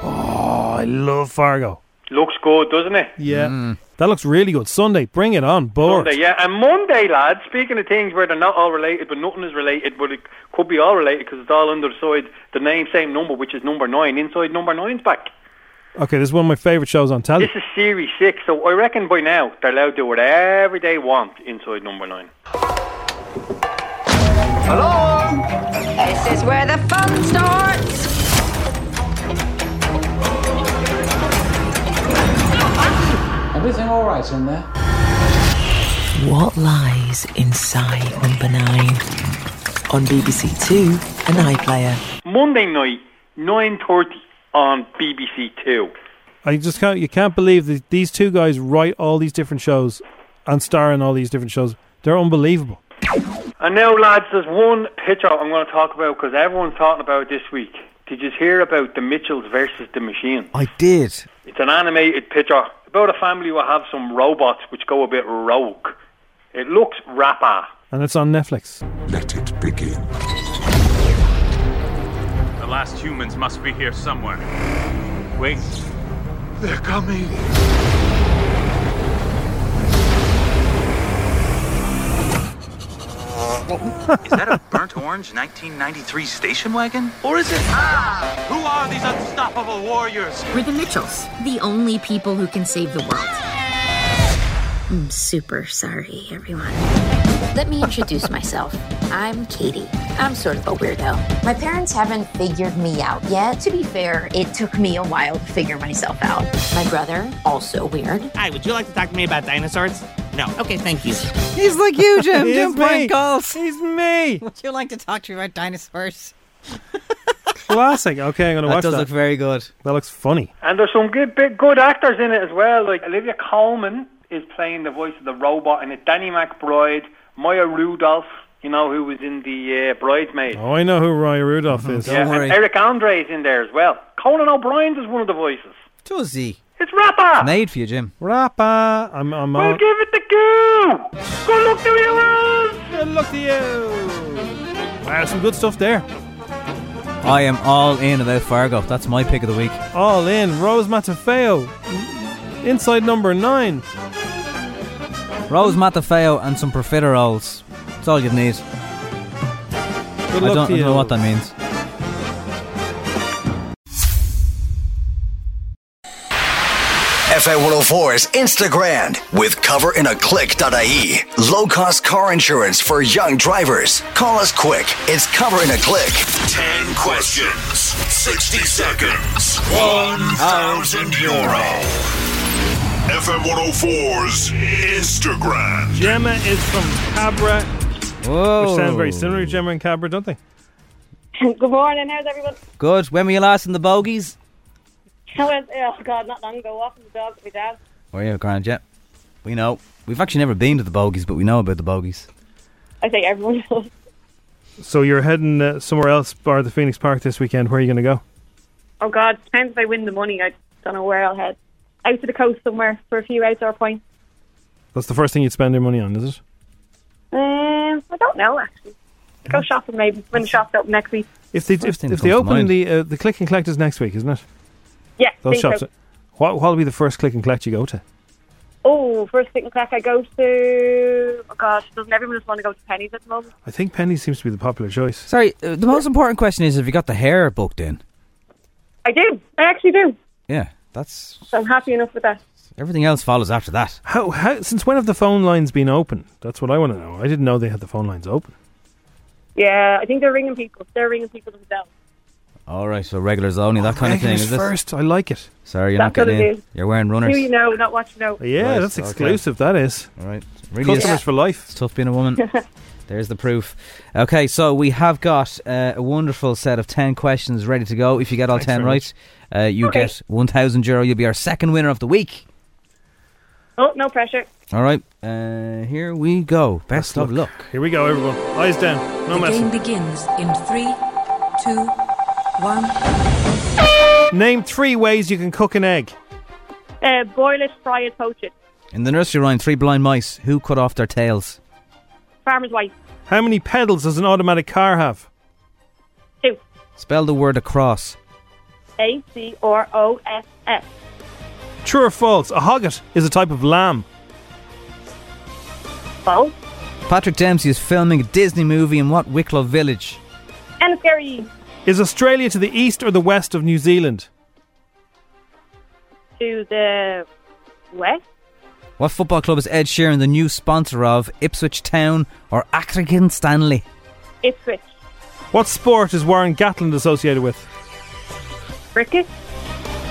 Speaker 3: Oh, I love Fargo.
Speaker 12: Looks good, doesn't it?
Speaker 3: Yeah. That looks really good. Sunday, bring it on, board.
Speaker 12: Monday, yeah. And Monday, lads, speaking of things where they're not all related, but nothing is related, but it could be all related because it's all under the side, the name, same number, which is number nine. Inside number nine's back.
Speaker 3: Okay, this is one of my favourite shows on telly.
Speaker 12: This is series six, so I reckon by now they're allowed to do whatever they want inside number nine.
Speaker 7: Hello? This is where the fun starts.
Speaker 14: Everything all right in there?
Speaker 19: What lies inside number nine? On BBC Two and iPlayer.
Speaker 12: Monday night, 9.30 on BBC Two.
Speaker 3: I just can't. You can't believe that these two guys write all these different shows and star in all these different shows. They're unbelievable.
Speaker 12: And now, lads, there's one picture I'm going to talk about because everyone's talking about it this week. Did you hear about the Mitchells versus the Machine?
Speaker 4: I did.
Speaker 12: It's an animated picture about a family who have some robots which go a bit rogue. It looks rapper.
Speaker 3: And it's on Netflix.
Speaker 20: Let it begin.
Speaker 21: The last humans must be here somewhere. Wait.
Speaker 20: They're coming.
Speaker 21: is that a burnt orange 1993 station wagon? Or is it. Ah! Who are these unstoppable warriors?
Speaker 22: We're the Mitchells, the only people who can save the world. I'm super sorry, everyone. Let me introduce myself. I'm Katie. I'm sort of a weirdo. My parents haven't figured me out yet. To be fair, it took me a while to figure myself out. My brother, also weird.
Speaker 23: Hi, would you like to talk to me about dinosaurs? No. Okay, thank you.
Speaker 4: He's like you, Jim.
Speaker 23: He's
Speaker 4: Jim
Speaker 23: me.
Speaker 4: prank calls. He's me.
Speaker 23: Would you like to talk to me about dinosaurs?
Speaker 3: Classic. Okay, I'm going to
Speaker 4: That
Speaker 3: watch that.
Speaker 4: does look very good.
Speaker 3: That looks funny.
Speaker 12: And there's some good, big, good actors in it as well. Like Olivia Colman is playing the voice of the robot in it. Danny McBride, Maya Rudolph, you know, who was in the uh, Bridesmaid.
Speaker 3: Oh, I know who Ryan Rudolph
Speaker 23: Mm-hmm.
Speaker 3: is.
Speaker 12: yeah, and Eric Andre's in there as well. Conan O'Brien's is one of the voices.
Speaker 4: Does he?
Speaker 12: It's rapper.
Speaker 4: Made for you, Jim.
Speaker 3: Rapper. I'm. I'm
Speaker 12: Well,
Speaker 3: on-
Speaker 12: give it the go. Good luck to you, Rose.
Speaker 3: Good luck to you. Wow, some good stuff there.
Speaker 4: I am all in about Fargo. That's my pick of the week.
Speaker 3: All in. Rose Matafeo. Inside number nine.
Speaker 4: Rose Matafeo and some profiteroles. That's all you need.
Speaker 3: Good
Speaker 4: I
Speaker 3: luck
Speaker 4: don't
Speaker 3: to
Speaker 4: I don't know
Speaker 3: you.
Speaker 4: what that means.
Speaker 2: oh FA104's Instagram with coverinaclick.ie. Low cost E. car insurance for young drivers. Call us quick. It's Cover in a Click.
Speaker 11: 10 questions, 60 seconds, 1,000 euro. FM 104's Instagram.
Speaker 3: Gemma is from Cabra.
Speaker 4: Whoa.
Speaker 3: Which sound very similar to Gemma and Cabra, don't they?
Speaker 24: Good morning. How's everyone?
Speaker 4: Good. When were you last in the bogies?
Speaker 24: How is? Oh God, not long ago. Walking the dog with my dad.
Speaker 4: Were you grand yet? We know. We've actually never been to the bogies, but we know about the bogies.
Speaker 24: I think everyone knows.
Speaker 3: So you're heading uh, somewhere else, bar the Phoenix Park this weekend. Where are you going to go?
Speaker 24: Oh God, depends if I win the money. I don't know where I'll head. Out to the coast somewhere for a few outdoor points.
Speaker 3: That's the first thing you'd spend your money on, is it?
Speaker 24: Um, I don't know actually.
Speaker 14: Go shopping maybe when the shops open next week.
Speaker 3: If they if,
Speaker 14: thing
Speaker 3: if
Speaker 14: that
Speaker 3: they
Speaker 14: comes to
Speaker 3: open
Speaker 14: mind.
Speaker 3: the uh, the click and collect is next week, isn't it?
Speaker 14: Yeah,
Speaker 3: Those
Speaker 14: think
Speaker 3: shops.
Speaker 14: so.
Speaker 3: What what'll be the first click and collect you go to?
Speaker 14: Oh, first thing crack I go to. Oh gosh, doesn't everyone just want to go to Penny's at the moment?
Speaker 3: I think Penny seems to be the popular choice.
Speaker 4: Sorry, uh, the most important question is: Have you got the hair booked in?
Speaker 14: I do. I actually do.
Speaker 4: Yeah, that's
Speaker 14: So I'm happy enough with that.
Speaker 4: everything else follows after that.
Speaker 3: How how since when have the phone lines been open? That's what I want to know. I didn't know they had the phone lines open.
Speaker 14: Yeah, I think they're ringing people. They're ringing people themselves.
Speaker 4: All right, so regulars only, that kind of thing.
Speaker 3: regulars
Speaker 4: Is this
Speaker 3: first? I like it.
Speaker 4: Sorry, you're
Speaker 14: That's
Speaker 4: not
Speaker 14: what
Speaker 4: getting
Speaker 14: it
Speaker 4: in.
Speaker 14: is.
Speaker 4: You're wearing runners.
Speaker 14: Who you know, not watching out.
Speaker 3: Yeah,
Speaker 4: Right,
Speaker 3: that's
Speaker 4: okay.
Speaker 3: exclusive. That is.
Speaker 4: All right, really is.
Speaker 3: Customers for life.
Speaker 4: It's tough being a woman. There's the proof. Okay, so we have got uh, a wonderful set of 10 questions ready to go. If you get all
Speaker 3: Thanks
Speaker 4: 10
Speaker 3: very
Speaker 4: right, uh, you
Speaker 14: Okay.
Speaker 4: get 1,000 euro. You'll be our second winner of the week.
Speaker 14: Oh, no pressure.
Speaker 4: All right, uh, here we go. Best of luck.
Speaker 3: Here we go, everyone. Eyes down. No
Speaker 22: the game
Speaker 3: messing.
Speaker 22: begins in three, two, one.
Speaker 3: Name three ways you can cook an egg.
Speaker 14: Uh, boil it, fry it, poach it.
Speaker 4: In the nursery rhyme, three blind mice who cut off their tails.
Speaker 14: Farmer's wife.
Speaker 3: How many pedals does an automatic car have?
Speaker 4: Spell the word across.
Speaker 14: A C R O S S.
Speaker 3: True or false? A hogget is a type of lamb.
Speaker 14: False.
Speaker 4: Patrick Dempsey is filming a Disney movie in what Wicklow village?
Speaker 14: And scary
Speaker 3: Is Australia to the east or the west of New Zealand?
Speaker 14: to the west.
Speaker 4: What football club is Ed Sheeran the new sponsor of? Ipswich Town or Accrington Stanley?
Speaker 14: Ipswich.
Speaker 3: What sport is Warren Gatland associated with?
Speaker 14: Ricket.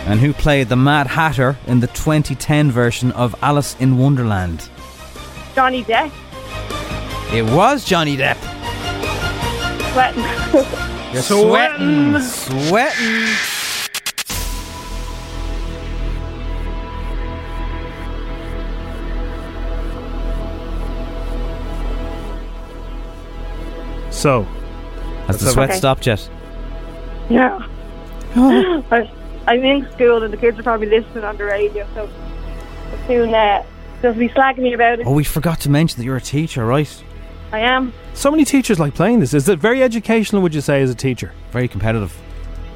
Speaker 4: And who played the Mad Hatter in the 2010 version of Alice in Wonderland?
Speaker 14: Johnny Depp.
Speaker 4: It was Johnny Depp.
Speaker 14: Sweating.
Speaker 4: You're
Speaker 14: Sweating.
Speaker 4: sweating. Sweating.
Speaker 3: So,
Speaker 4: has the
Speaker 14: have a-
Speaker 4: sweat
Speaker 14: Okay.
Speaker 4: stopped yet?
Speaker 14: yeah. I- I'm in school and the kids are probably listening on the radio, so soon uh, they'll be slagging me about it.
Speaker 4: Oh, we forgot to mention that you're a teacher, right?
Speaker 14: I am.
Speaker 3: So many teachers like playing this. Is it very educational, would you say, as a teacher?
Speaker 4: Very competitive.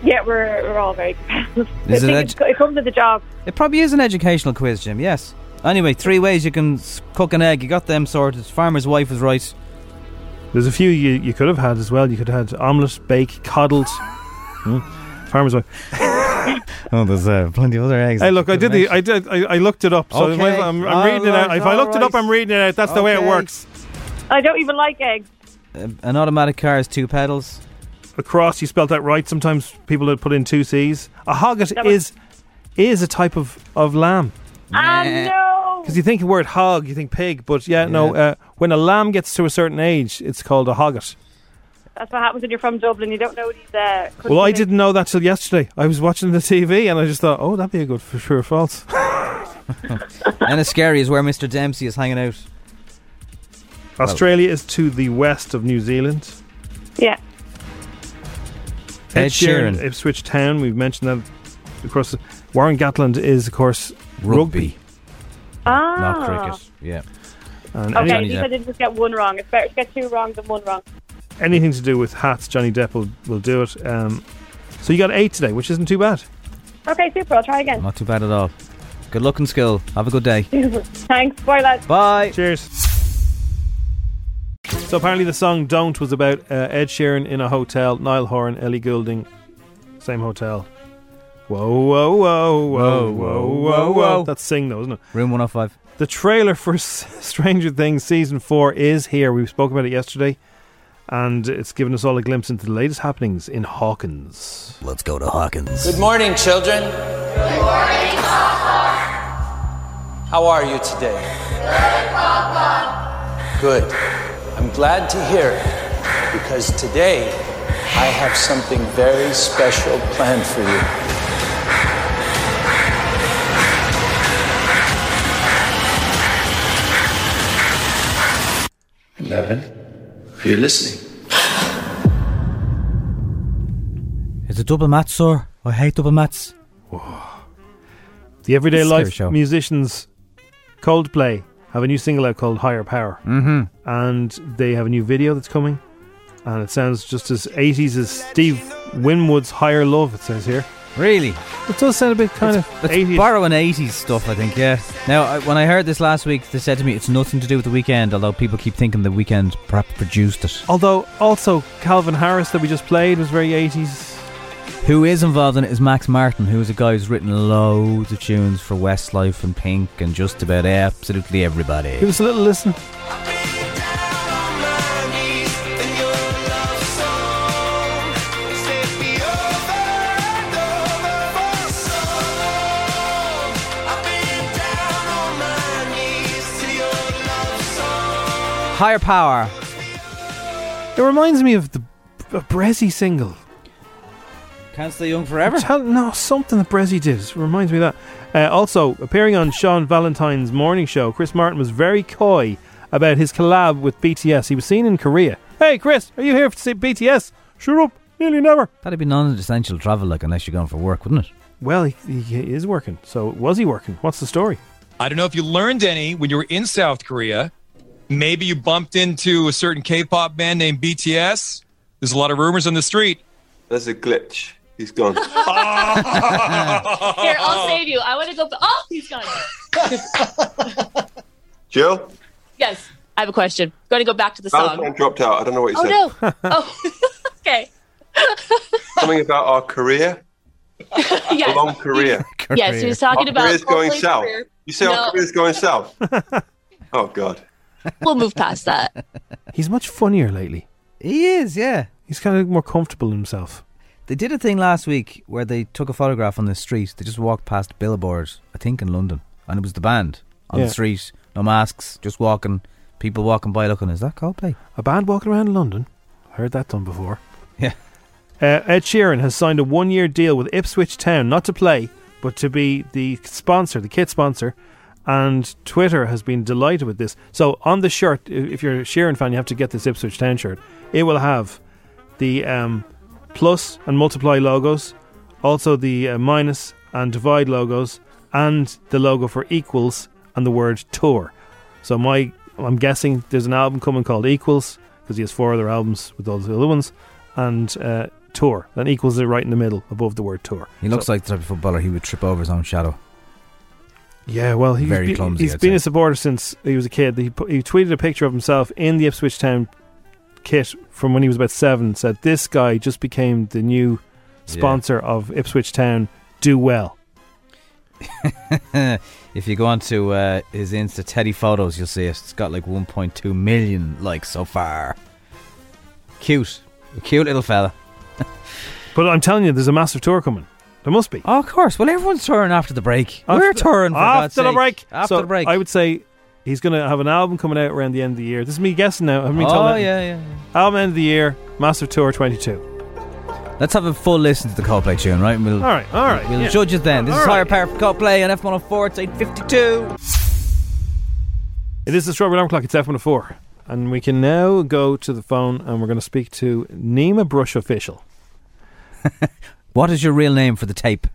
Speaker 14: Yeah, we're, we're all very competitive.
Speaker 4: Is
Speaker 14: I
Speaker 4: it
Speaker 14: think
Speaker 4: edu-
Speaker 14: it's co- it comes with the job.
Speaker 4: It probably is an educational quiz, Jim, yes. Anyway, three ways you can s- cook an egg. You got them sorted. Farmer's wife was right.
Speaker 3: There's a few you, you could have had as well. You could have had omelette, bake, coddled. Hmm. Farmer's wife.
Speaker 4: Oh, there's uh, plenty of other eggs.
Speaker 3: Hey, look, I did the, I did, I, I looked it up. So
Speaker 4: Okay.
Speaker 3: I might as well- I'm, I'm
Speaker 4: All
Speaker 3: reading it
Speaker 14: Oh,
Speaker 3: out.
Speaker 4: right,
Speaker 3: If I
Speaker 4: all
Speaker 3: looked it up,
Speaker 4: right.
Speaker 3: I'm reading it out. That's the way it
Speaker 4: Okay.
Speaker 3: works.
Speaker 14: I don't even like eggs.
Speaker 4: Uh, an automatic car has two pedals.
Speaker 3: Across, you spelled that right. Sometimes people that put in two C's. A hogget
Speaker 14: That was-
Speaker 3: is is a type of, of lamb.
Speaker 14: Ah, no!
Speaker 3: Because you think the word hog, you think pig, but yeah, no. Uh, when a lamb gets to a certain age, it's called a hogget.
Speaker 14: That's what happens when you're from Dublin. You don't know these. Uh, country
Speaker 3: Well, I
Speaker 14: names.
Speaker 3: didn't know that till yesterday. I was watching the TV and I just thought, oh, that'd be a good for sure false.
Speaker 4: and it's scary is where Mr. Dempsey is hanging out.
Speaker 3: Australia is to the west of New Zealand.
Speaker 14: Yeah.
Speaker 4: Ed Sheeran.
Speaker 3: Ipswich Town. We've mentioned that. Of course, Warren Gatland is, of course, rugby.
Speaker 14: Ah.
Speaker 4: Yeah.
Speaker 3: And
Speaker 14: Okay, at
Speaker 3: any-
Speaker 14: least I didn't just get one wrong. It's better to get two wrong than one wrong.
Speaker 3: anything to do with hats, Johnny Depp will, will do it. Um, so you got eight today, which isn't too bad.
Speaker 14: Okay, super. I'll try again.
Speaker 4: Not too bad at all. Good luck in school. Have a good day.
Speaker 14: Thanks. Bye, lads.
Speaker 4: Bye.
Speaker 3: Cheers. So apparently the song "Don't" was about uh, Ed Sheeran in a hotel, Niall Horan, Ellie Goulding, same hotel. Whoa, whoa, whoa, whoa, whoa, whoa, whoa. That's sing though, isn't it?
Speaker 4: Room 105.
Speaker 3: The trailer for S- Stranger Things season four is here. We spoke about it yesterday, and it's given us all a glimpse into the latest happenings in Hawkins.
Speaker 4: Let's go to Hawkins.
Speaker 7: Good morning, children. Good morning, Papa. How are you today? Good, Papa. Good. I'm glad to hear it because today I have something very special planned for you.
Speaker 9: Eleven. If you're listening,
Speaker 4: It's a double match, sir. I hate double mats.
Speaker 3: The everyday
Speaker 4: It's a scary
Speaker 3: life
Speaker 4: show.
Speaker 3: musicians Coldplay have a new single out called Higher Power.
Speaker 4: Mhm.
Speaker 3: And they have a new video that's coming. and it sounds just as 80s as Steve Winwood's Higher Love, it says here.
Speaker 4: Really?
Speaker 3: It does sound a bit kind of
Speaker 4: It's borrowing 80s stuff, I think, yeah. Now, I, when I heard this last week, they said to me it's nothing to do with the weekend, although people keep thinking the weekend perhaps produced it.
Speaker 3: Although, also, Calvin Harris that we just played was very 80s.
Speaker 4: Who is involved in it is Max Martin, who is a guy who's written loads of tunes for Westlife and Pink and just about absolutely everybody.
Speaker 3: Give us a little listen.
Speaker 4: Higher Power.
Speaker 3: It reminds me of the a Brezzy single.
Speaker 4: Can't Stay Young Forever?
Speaker 3: Tell- no, something that Brezzy did It reminds me of that. Uh, also, appearing on Sean Valentine's morning show, Chris Martin was very coy about his collab with BTS. He was seen in Korea. Hey, Chris, are you here to see BTS? Sure up, nearly never.
Speaker 4: That'd be non-essential travel, like unless you're going for work, wouldn't it?
Speaker 3: Well, he, he is working. So was he working? What's the story?
Speaker 5: I don't know if you learned any when you were in South Korea. Maybe you bumped into a certain K-pop band named BTS. There's a lot of rumors on the street.
Speaker 6: There's a glitch. He's gone.
Speaker 25: Here, I'll save you. I want to go. Oh, he's gone.
Speaker 6: Jill?
Speaker 25: Yes, I have a question. going to go back to the song.
Speaker 6: Valentine dropped out. I don't know what he
Speaker 25: oh
Speaker 6: said.
Speaker 25: no! Oh, okay.
Speaker 6: Something about our career.
Speaker 25: Yes.
Speaker 6: A long career.
Speaker 25: Yes, he was talking
Speaker 6: Our
Speaker 25: about
Speaker 6: career's going
Speaker 25: hopefully
Speaker 6: south.
Speaker 25: career.
Speaker 6: You say
Speaker 25: No.
Speaker 6: our career's going south. oh God.
Speaker 25: We'll move past that.
Speaker 3: He's much funnier lately.
Speaker 4: He is, yeah.
Speaker 3: He's kind of more comfortable in himself.
Speaker 4: They did a thing last week where they took a photograph on the street. They just walked past billboards, I think in London, and it was the band on
Speaker 3: Yeah.
Speaker 4: the street, no masks, just walking, people walking by looking, is that Coldplay?
Speaker 3: A band walking around London. I heard that done before.
Speaker 4: Yeah.
Speaker 3: Uh, Ed Sheeran has signed a one year deal with Ipswich Town, not to play, but to be the sponsor, the kit sponsor. And Twitter has been delighted with this. So on the shirt, i- if you're a Sheeran fan, you have to get this Ipswich Town shirt. It will have the um, plus and multiply logos, also the uh, minus and divide logos, and the logo for equals and the word tour. So my, I'm guessing there's an album coming called Equals because he has four other albums with all the other ones, and uh, tour. Then equals it right in the middle above the word tour.
Speaker 4: He looks like the type of footballer he would trip over his own shadow.
Speaker 3: Yeah, well, he's
Speaker 4: Very
Speaker 3: be-
Speaker 4: clumsy,
Speaker 3: he's
Speaker 4: I'd
Speaker 3: been
Speaker 4: say.
Speaker 3: a supporter since he was a kid. He, put, he tweeted a picture of himself in the Ipswich Town kit from when he was about seven. Said this guy just became the new sponsor of Ipswich Town. Do well.
Speaker 4: if you go onto uh, his Insta Teddy photos, you'll see it. It's got like 1.2 million likes so far. Cute, cute little fella.
Speaker 3: But I'm telling you, there's a massive tour coming. There must be.
Speaker 4: Oh, of course. Well, everyone's touring after the break.
Speaker 3: After
Speaker 4: We're
Speaker 3: the-
Speaker 4: touring for
Speaker 3: after
Speaker 4: God's
Speaker 3: the
Speaker 4: sake.
Speaker 3: break.
Speaker 4: After
Speaker 3: So
Speaker 4: the break.
Speaker 3: I would say he's going to have an album coming out around the end of the year. This is me guessing now. I haven't been
Speaker 4: Oh,
Speaker 3: told that.
Speaker 4: yeah, yeah,
Speaker 3: Album end of the year, massive tour 22.
Speaker 4: Let's have a full listen to the Coldplay tune, right? And We'll,
Speaker 3: All right, all right,
Speaker 4: We'll
Speaker 3: yeah.
Speaker 4: judge it then. This
Speaker 3: All
Speaker 4: is
Speaker 3: right.
Speaker 4: Higher Power for Coldplay on F104. It's 852.
Speaker 3: It is the Strawberry Alarm Clock. It's F104. And we can now go to the phone and we're going to speak to Nima Brush Official.
Speaker 4: What is your real name for the tape?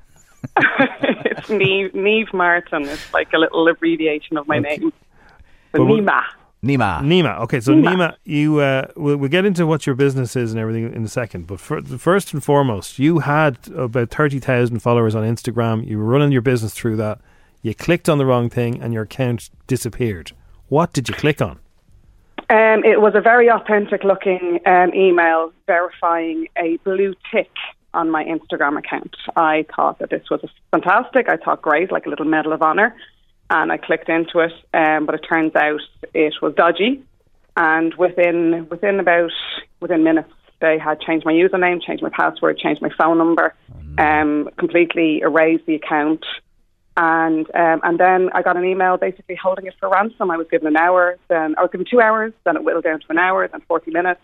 Speaker 24: It's Neve, Neve Martin. It's like a little abbreviation of my name. So
Speaker 3: But we-
Speaker 24: Nima.
Speaker 4: Nima.
Speaker 3: Nima. Okay, so Nima,
Speaker 24: Nima.
Speaker 3: you uh, we'll, we'll get into what your business is and everything in a second. But fir- first and foremost, you had about thirty thousand followers on Instagram. You were running your business through that. You clicked on the wrong thing, and your account disappeared. What did you click on?
Speaker 24: Um, it was a very authentic looking um, email verifying a blue tick on my Instagram account. I thought that this was fantastic. I thought great, like a little medal of honor. And I clicked into it, um, but it turns out it was dodgy. And within within about within minutes, they had changed my username, changed my password, changed my phone number, um, completely erased the account and um, and then I got an email basically holding it for ransom. I was given an hour, then I was given two hours, then it whittled down to an hour, then forty minutes.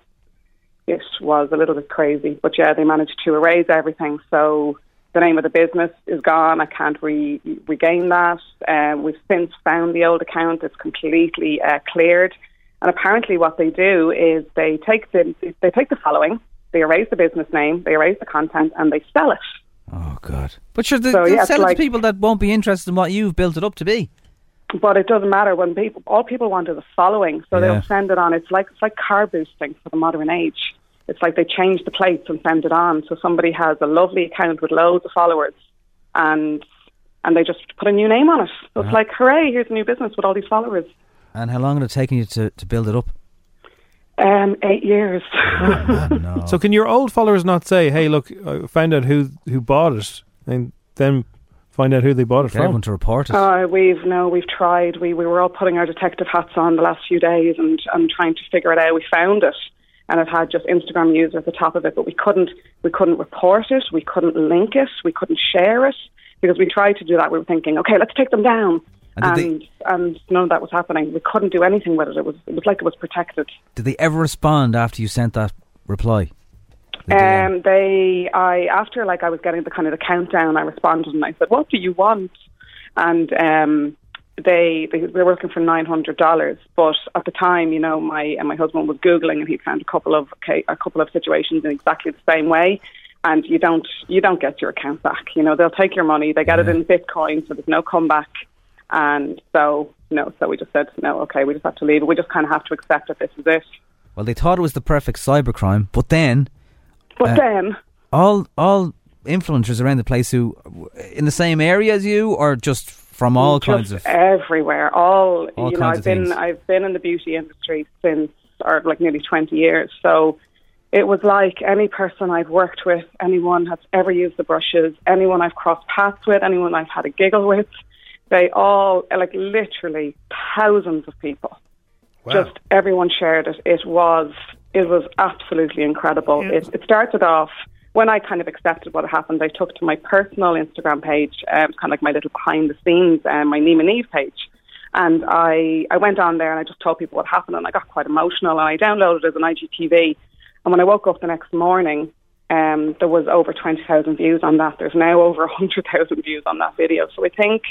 Speaker 24: It was a little bit crazy, but yeah, they managed to erase everything. So the name of the business is gone. I can't re- regain that. Um, we've since found the old account; it's completely uh, cleared. And apparently, what they do is they take the they take the following, they erase the business name, they erase the content, and they sell it.
Speaker 4: Oh, But sure, the,
Speaker 24: So,
Speaker 4: the
Speaker 24: yeah, it's
Speaker 4: selling
Speaker 24: like-
Speaker 4: to people that won't be interested in what you've built it up to be.
Speaker 24: But it doesn't matter when people. All people want is a following, so
Speaker 4: Yeah.
Speaker 24: they'll send it on. It's like it's like car boosting for the modern age. it's like they changed the plates and send it on. So somebody has a lovely account with loads of followers, and and they just put a new name on it. So
Speaker 4: Wow.
Speaker 24: it's like, hooray! Here's a new business with all these followers.
Speaker 4: And how long had it taken you to, to build it up?
Speaker 24: Um, eight years.
Speaker 3: So can your old followers not say, "Hey, look, I found out who who bought it," and then find out who they bought it
Speaker 24: Get
Speaker 3: from?
Speaker 4: everyone to report
Speaker 24: Uh, we've no, we've tried. We we were all putting our detective hats on the last few days and and trying to figure it out. We found it, and it had just Instagram user at the top of it, but we couldn't we couldn't report it. We couldn't link it. We couldn't share it because we tried to do that. We were thinking, okay, let's take them down.
Speaker 4: And did
Speaker 24: And, and none of that was happening. We couldn't do anything with it. It was it was like it was protected.
Speaker 4: Did they ever respond after you sent that reply?
Speaker 24: Um, they, I after like I was getting the kind of the countdown, I responded and I said, "What do you want?" And um, they, they were looking for nine hundred dollars, but at the time, you know, my and my husband was googling and he found a couple of ca- a couple of situations in exactly the same way. And you don't you don't get your account back. You know, they'll take your money. They get it in Bitcoin, so there's no comeback. And so no, so we just said no. Okay, we just have to leave. it. We just kind of have to accept that this is it.
Speaker 4: Well, they thought it was the perfect cybercrime, but then
Speaker 24: But
Speaker 4: Uh,
Speaker 24: then.
Speaker 4: all all influencers around the place who in the same area as you, or just from all kinds of
Speaker 24: Just uh, everywhere. All,
Speaker 14: kinds
Speaker 4: All
Speaker 24: you know,
Speaker 14: of
Speaker 24: I've been
Speaker 14: things.
Speaker 24: I've been in the beauty industry since or like nearly twenty years. So it was like any person I've worked with, anyone that's ever used the brushes, anyone I've crossed paths with, anyone I've had a giggle with, they all like literally thousands of people. Just everyone shared it. It was it was absolutely incredible. It, it started off when I kind of accepted what happened. I took to my personal Instagram page, um, kind of like my little behind the scenes, um, my Neem and Eve page, and I I went on there and I just told people what happened, and I got quite emotional, and I downloaded it as an IGTV, and when I woke up the next morning. Um, there was over 20,000 views on that. There's now over 100,000 views on that video. So I think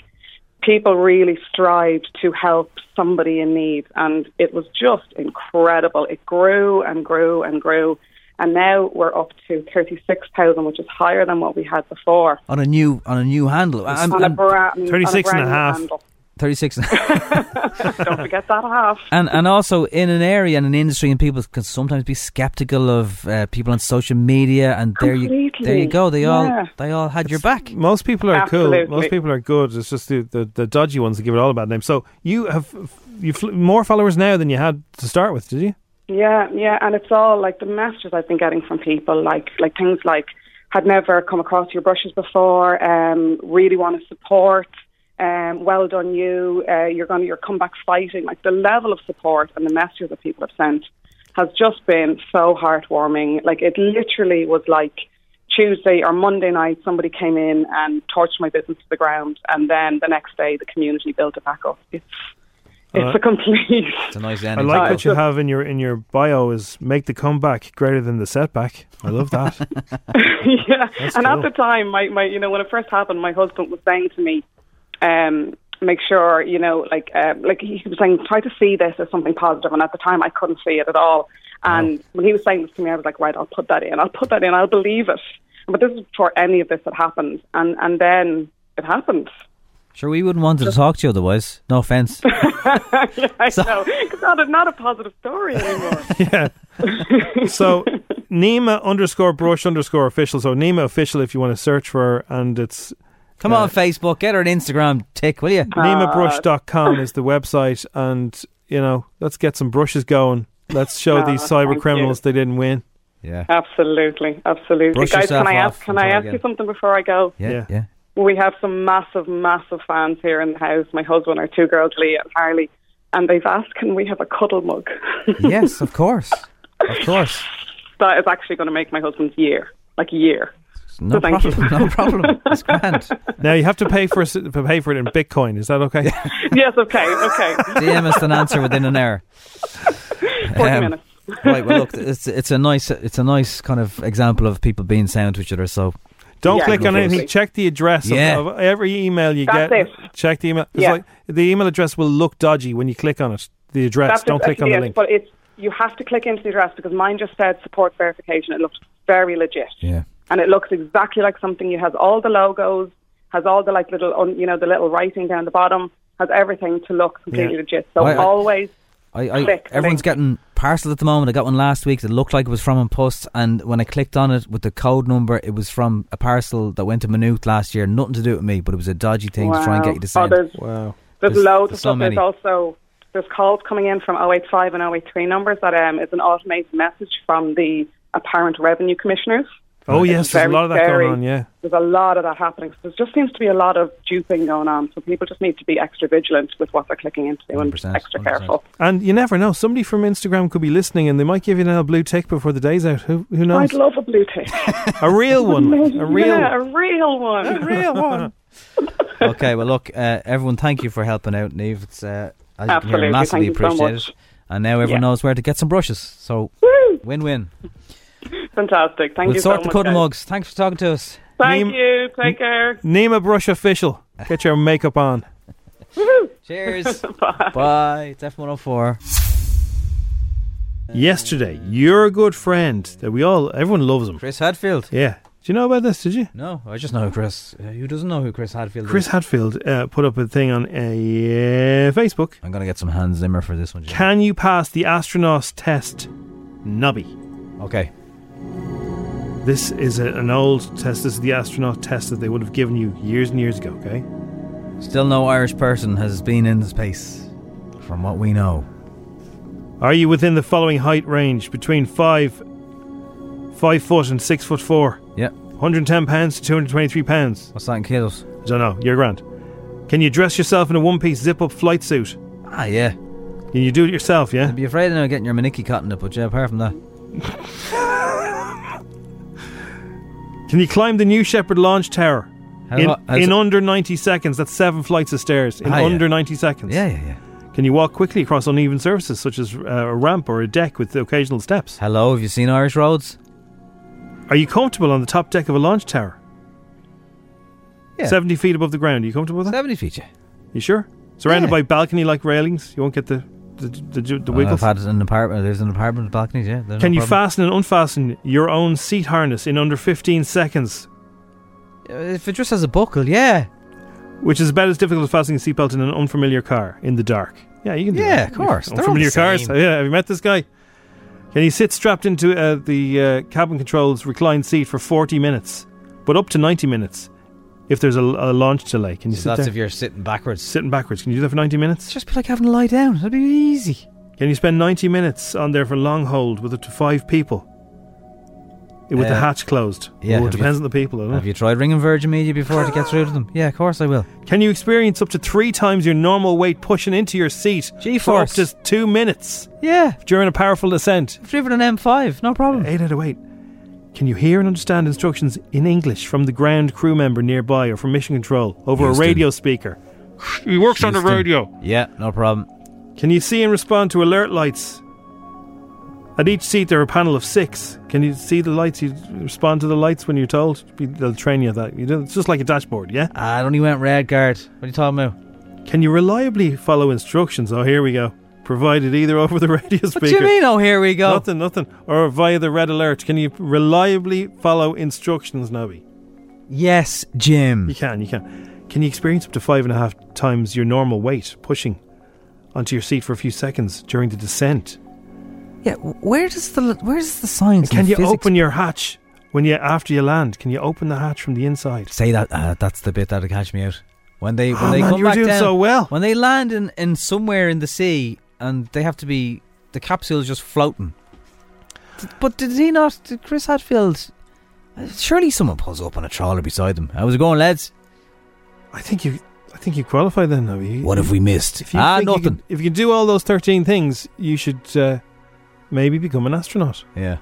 Speaker 24: people really strived to help somebody in need and it was just incredible it grew and grew and grew and now we're up to 36,000 which is higher than what we had before
Speaker 4: on a new on a new handle. I'm-
Speaker 24: on, a
Speaker 4: I'm-
Speaker 24: bra- on a brand new handle.
Speaker 4: 36 and
Speaker 24: don't forget that half
Speaker 4: and and also in an area and an industry, and people can sometimes be skeptical of uh, people on social media. And there you there you
Speaker 3: Completely,
Speaker 4: go. They
Speaker 3: yeah.
Speaker 4: all they all had your back.
Speaker 3: Most people are cool.
Speaker 4: Absolutely.
Speaker 3: Most people are good. It's just the, the, the dodgy ones that give it all a bad name. So you have you fl- more followers now than you had to start with, did you?
Speaker 24: Yeah, yeah, and it's all like the messages I've been getting from people, like like things like had never come across your brushes before, um, really want to support, um, well done you, uh, you're going to you're come back fighting. Like the level of support and the messages that people have sent has just been so heartwarming. Like it literally was like Tuesday or Monday night, somebody came in and torched my business to the ground, and then the next day the community built it back up. It's it's a
Speaker 3: Uh,
Speaker 24: complete.
Speaker 4: It's a nice
Speaker 3: I
Speaker 4: ending.
Speaker 3: like what you have in your in your bio is make the comeback greater than the setback. I love that.
Speaker 24: yeah.
Speaker 3: That's
Speaker 24: and
Speaker 3: cool.
Speaker 24: at the time, my, my you know when it first happened, my husband was saying to me, um, make sure you know like uh, like he was saying try to see this as something positive. And at the time, I couldn't see it at all. And when he was saying this to me, I was like, right, I'll put that in. I'll put that in. I'll believe it. But this is before any of this had happened. And and then it happened.
Speaker 4: Sure, we wouldn't want to talk to you otherwise. No offense.
Speaker 24: I know. It's not a, not a positive story anymore.
Speaker 3: yeah. So Nima underscore brush underscore official. So Nima official if you want to search for her, and it's
Speaker 4: Come on, Facebook, get her an Instagram tick, will you?
Speaker 24: Ah.
Speaker 3: NemaBrush.com is the website, and you know, let's get some brushes going. Let's show
Speaker 24: Ah,
Speaker 3: these cyber
Speaker 24: thank
Speaker 3: criminals they didn't win.
Speaker 4: Yeah.
Speaker 24: Uh, Absolutely, absolutely.
Speaker 3: Brush
Speaker 24: Guys,
Speaker 3: yourself
Speaker 24: can I ask?
Speaker 3: off
Speaker 24: Can I
Speaker 3: until I
Speaker 24: ask
Speaker 3: get
Speaker 24: you
Speaker 3: it.
Speaker 24: something before I go?
Speaker 3: Yeah.
Speaker 4: yeah.
Speaker 24: We have some massive, massive fans here in the house. My husband, our two girls, Leah and Harley, and they've asked, can we have a cuddle mug?
Speaker 4: yes, of course, of course.
Speaker 24: that is actually going to make my husband's year, like a year.
Speaker 4: No
Speaker 24: so thank
Speaker 4: problem,
Speaker 24: you.
Speaker 4: no problem. It's grand.
Speaker 3: Now you have to pay for s- pay for it in Bitcoin. Is that okay?
Speaker 24: yes, okay, okay.
Speaker 4: DM us an answer within an hour. Um,
Speaker 24: Forty minutes.
Speaker 4: right. Well, look, it's it's a nice it's a nice kind of example of people being sound to each other. So
Speaker 3: Don't click on anything. Check the address of-
Speaker 4: Yeah.
Speaker 3: of, every email you
Speaker 24: That's
Speaker 3: get.
Speaker 24: it.
Speaker 3: Check the email. 'Cause,
Speaker 24: Yeah.
Speaker 3: like, the email address will look dodgy when you click on it. The address.
Speaker 24: That's
Speaker 3: Don't click on
Speaker 24: exactly
Speaker 3: the
Speaker 24: it,
Speaker 3: link.
Speaker 24: But it's you have to click into the address because mine just said support verification. It looks very legit.
Speaker 4: Yeah.
Speaker 24: And it looks exactly like something. It has all the logos, has all the like little, un- you know, the little writing down the bottom, has everything to look completely
Speaker 4: Yeah.
Speaker 24: legit. So
Speaker 4: I- I-
Speaker 24: always
Speaker 4: I, I
Speaker 24: Click
Speaker 4: everyone's getting parcel at the moment. I got one last week that looked like it was from a post, and when I clicked on it with the code number, it was from a parcel that went to Minute last year. Nothing to do with me, but it was a dodgy thing to try and
Speaker 24: Wow.
Speaker 4: get you to
Speaker 24: Oh,
Speaker 4: send.
Speaker 24: there's-
Speaker 4: wow,
Speaker 24: There's, loads of
Speaker 4: so
Speaker 24: stuff.
Speaker 4: many.
Speaker 24: There's also there's calls coming in from 085 and 083 numbers that um, is an automated message from the apparent revenue commissioners.
Speaker 3: Oh,
Speaker 24: It's
Speaker 3: yes, there's a
Speaker 24: very
Speaker 3: lot of that
Speaker 24: scary.
Speaker 3: going on, yeah.
Speaker 24: There's a lot of that happening. So there just seems to be a lot of duping going on. So people just need to be extra vigilant with what they're clicking into and extra careful.
Speaker 3: And you never know. Somebody from Instagram could be listening and they might give you an old blue tick before the day's out. Who, who
Speaker 24: I'd
Speaker 3: knows?
Speaker 24: love a blue tick.
Speaker 3: a real one. A real
Speaker 24: yeah, a real one. A
Speaker 3: real one.
Speaker 4: okay, well, look, uh, everyone, thank you for helping out, Neve. It's uh, as you can hear,
Speaker 24: Absolutely,
Speaker 4: massively
Speaker 24: thank you so
Speaker 4: appreciated.
Speaker 24: much.
Speaker 4: and now everyone
Speaker 24: Yeah.
Speaker 4: knows where to get some brushes. So win win.
Speaker 24: Fantastic. Thank
Speaker 4: We'll
Speaker 24: you
Speaker 4: sort
Speaker 24: so
Speaker 4: the
Speaker 24: much.
Speaker 4: cotton
Speaker 24: guys.
Speaker 4: mugs. Thanks for talking to us.
Speaker 24: Thank
Speaker 3: Neem-
Speaker 24: you. Take care.
Speaker 3: Name a brush official. Get your makeup on.
Speaker 4: Cheers. Bye. Bye. It's F104.
Speaker 3: Yesterday, your good friend that we all, everyone loves him.
Speaker 4: Chris Hadfield.
Speaker 3: Yeah. Do you know about this? Did you?
Speaker 4: No, I just know Chris. Uh, who doesn't know who Chris Hadfield is?
Speaker 3: Chris Hadfield uh, put up a thing on a uh, Facebook.
Speaker 4: I'm gonna get some Hans Zimmer for this one. Jim.
Speaker 3: Can you pass the astronaut's test, Nobby?
Speaker 4: Okay.
Speaker 3: This is a, an old test. This is the astronaut test that they would have given you years and years ago. Okay.
Speaker 4: Still no Irish person has been in space, from what we know.
Speaker 3: Are you within the following height range between five, five foot and six foot four?
Speaker 4: Yep.
Speaker 3: 110 pounds to 223 pounds.
Speaker 4: What's that in kilos?
Speaker 3: I don't know. You're grand. Can you dress yourself in a one-piece zip-up flight suit?
Speaker 4: Ah, yeah.
Speaker 3: Can you do it yourself? Yeah.
Speaker 4: I'd be afraid of now getting your Maniki cotton up, but yeah, apart from that,
Speaker 3: Can you climb the New Shepherd launch tower?
Speaker 4: How
Speaker 3: in
Speaker 4: lo- how's
Speaker 3: in
Speaker 4: it-
Speaker 3: under 90 seconds. That's seven flights of stairs. In
Speaker 4: Ah, yeah.
Speaker 3: under 90 seconds.
Speaker 4: Yeah, yeah,
Speaker 3: yeah. Can you walk quickly across uneven surfaces, such as uh, a ramp or a deck with occasional steps?
Speaker 4: Hello, have you seen Irish roads?
Speaker 3: Are you comfortable on the top deck of a launch tower?
Speaker 4: Yeah.
Speaker 3: 70 feet above the ground. Are you comfortable with that?
Speaker 4: 70 feet, yeah.
Speaker 3: You sure? Surrounded by balcony like railings. You won't get the, the, the, the, the
Speaker 4: Well,
Speaker 3: wiggles.
Speaker 4: I've had an apartment. There's an apartment with balconies. Yeah. there's
Speaker 3: Can you
Speaker 4: no problem.
Speaker 3: fasten and unfasten your own seat harness in under 15 seconds?
Speaker 4: Uh, If it just has a buckle, yeah.
Speaker 3: Which is about as difficult as fastening a seatbelt in an unfamiliar car in the dark. Yeah, you can do
Speaker 4: Yeah,
Speaker 3: that.
Speaker 4: of course. They're all the
Speaker 3: Unfamiliar cars.
Speaker 4: same.
Speaker 3: Yeah, have you met this guy? Can you sit strapped into uh, the uh, cabin control's reclined seat for 40 minutes, but up to 90 minutes if there's a, a launch delay? Can you
Speaker 4: So
Speaker 3: sit
Speaker 4: that's
Speaker 3: there?
Speaker 4: if you're sitting backwards.
Speaker 3: Sitting backwards. Can you do that for 90 minutes?
Speaker 4: Just be like having to lie down. That'd be easy.
Speaker 3: Can you spend 90 minutes on there for long hold with up to five people? With the
Speaker 4: Uh,
Speaker 3: hatch closed.
Speaker 4: yeah,
Speaker 3: Oh, it
Speaker 4: have you-
Speaker 3: depends on the people. doesn't it?
Speaker 4: Have you tried ringing Virgin Media before to get through to them? Yeah, of course I will.
Speaker 3: Can you experience up to three times your normal weight pushing into your seat for up
Speaker 4: G-force.
Speaker 3: to two minutes
Speaker 4: Yeah,
Speaker 3: during a powerful descent?
Speaker 4: I've driven an M5, no problem.
Speaker 3: Eight out of eight. Can you hear and understand instructions in English from the ground crew member nearby or from mission control over
Speaker 4: Houston.
Speaker 3: a radio speaker? He works on the
Speaker 4: Houston.
Speaker 3: radio.
Speaker 4: Yeah, no problem.
Speaker 3: Can you see and respond to alert lights? At each seat, there are a panel of six. Can you see the lights? You respond to the lights when you're told. They'll train you at that. You do, it's just like a dashboard, yeah.
Speaker 4: I only went red guard. What are you talking about?
Speaker 3: Can you reliably follow instructions? Oh, here we go. Provided either over the radio speaker.
Speaker 4: What do you mean? Oh, here we go.
Speaker 3: Nothing, nothing. Or via the red alert. Can you reliably follow instructions, Nobby?
Speaker 4: Yes, Jim.
Speaker 3: You can, you can. Can you experience up to five and a half times your normal weight pushing onto your seat for a few seconds during the descent?
Speaker 4: Yeah, where does the where does the science?
Speaker 3: Can you open your hatch when you after you land? Can you open the hatch from the inside?
Speaker 4: Say that. Uh, that's the bit that'll catch me out. When they when
Speaker 3: Oh,
Speaker 4: they
Speaker 3: man,
Speaker 4: come
Speaker 3: you were
Speaker 4: back
Speaker 3: doing
Speaker 4: down,
Speaker 3: so well.
Speaker 4: when they land in, in somewhere in the sea and they have to be the capsule is just floating. Did- But did he not? Did Chris Hadfield? uh, Surely someone pulls up on a trawler beside them. How's it going, lads?
Speaker 3: I think you. I think you qualify then, Nobby.
Speaker 4: What have we missed?
Speaker 3: If you
Speaker 4: ah,
Speaker 3: think you
Speaker 4: nothing.
Speaker 3: can- if you can do all those 13 things, you should uh, maybe become an astronaut.
Speaker 4: Yeah.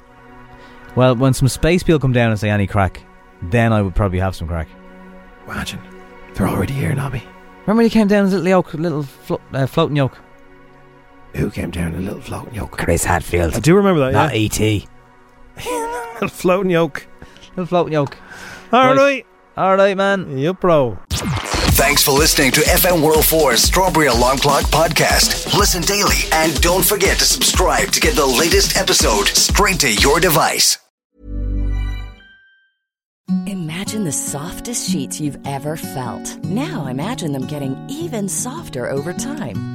Speaker 4: Well, when some space people come down and say any crack, then I would probably have some crack.
Speaker 3: Imagine. They're already here, Nobby.
Speaker 4: Remember when he came down as a little yoke, little flo- uh, floating yoke?
Speaker 3: Who came down in a little floating yoke?
Speaker 4: Chris Hadfield.
Speaker 3: I do remember that,
Speaker 4: Not
Speaker 3: yeah.
Speaker 4: E.T.
Speaker 3: Little floating yoke.
Speaker 4: Little floating yoke.
Speaker 3: All
Speaker 4: Right.
Speaker 3: right.
Speaker 4: All right, man.
Speaker 3: Yep, bro.
Speaker 2: Thanks for listening to FM 104's Strawberry Alarm Clock podcast. Listen daily and don't forget to subscribe to get the latest episode straight to your device.
Speaker 26: Imagine the softest sheets you've ever felt. Now imagine them getting even softer over time.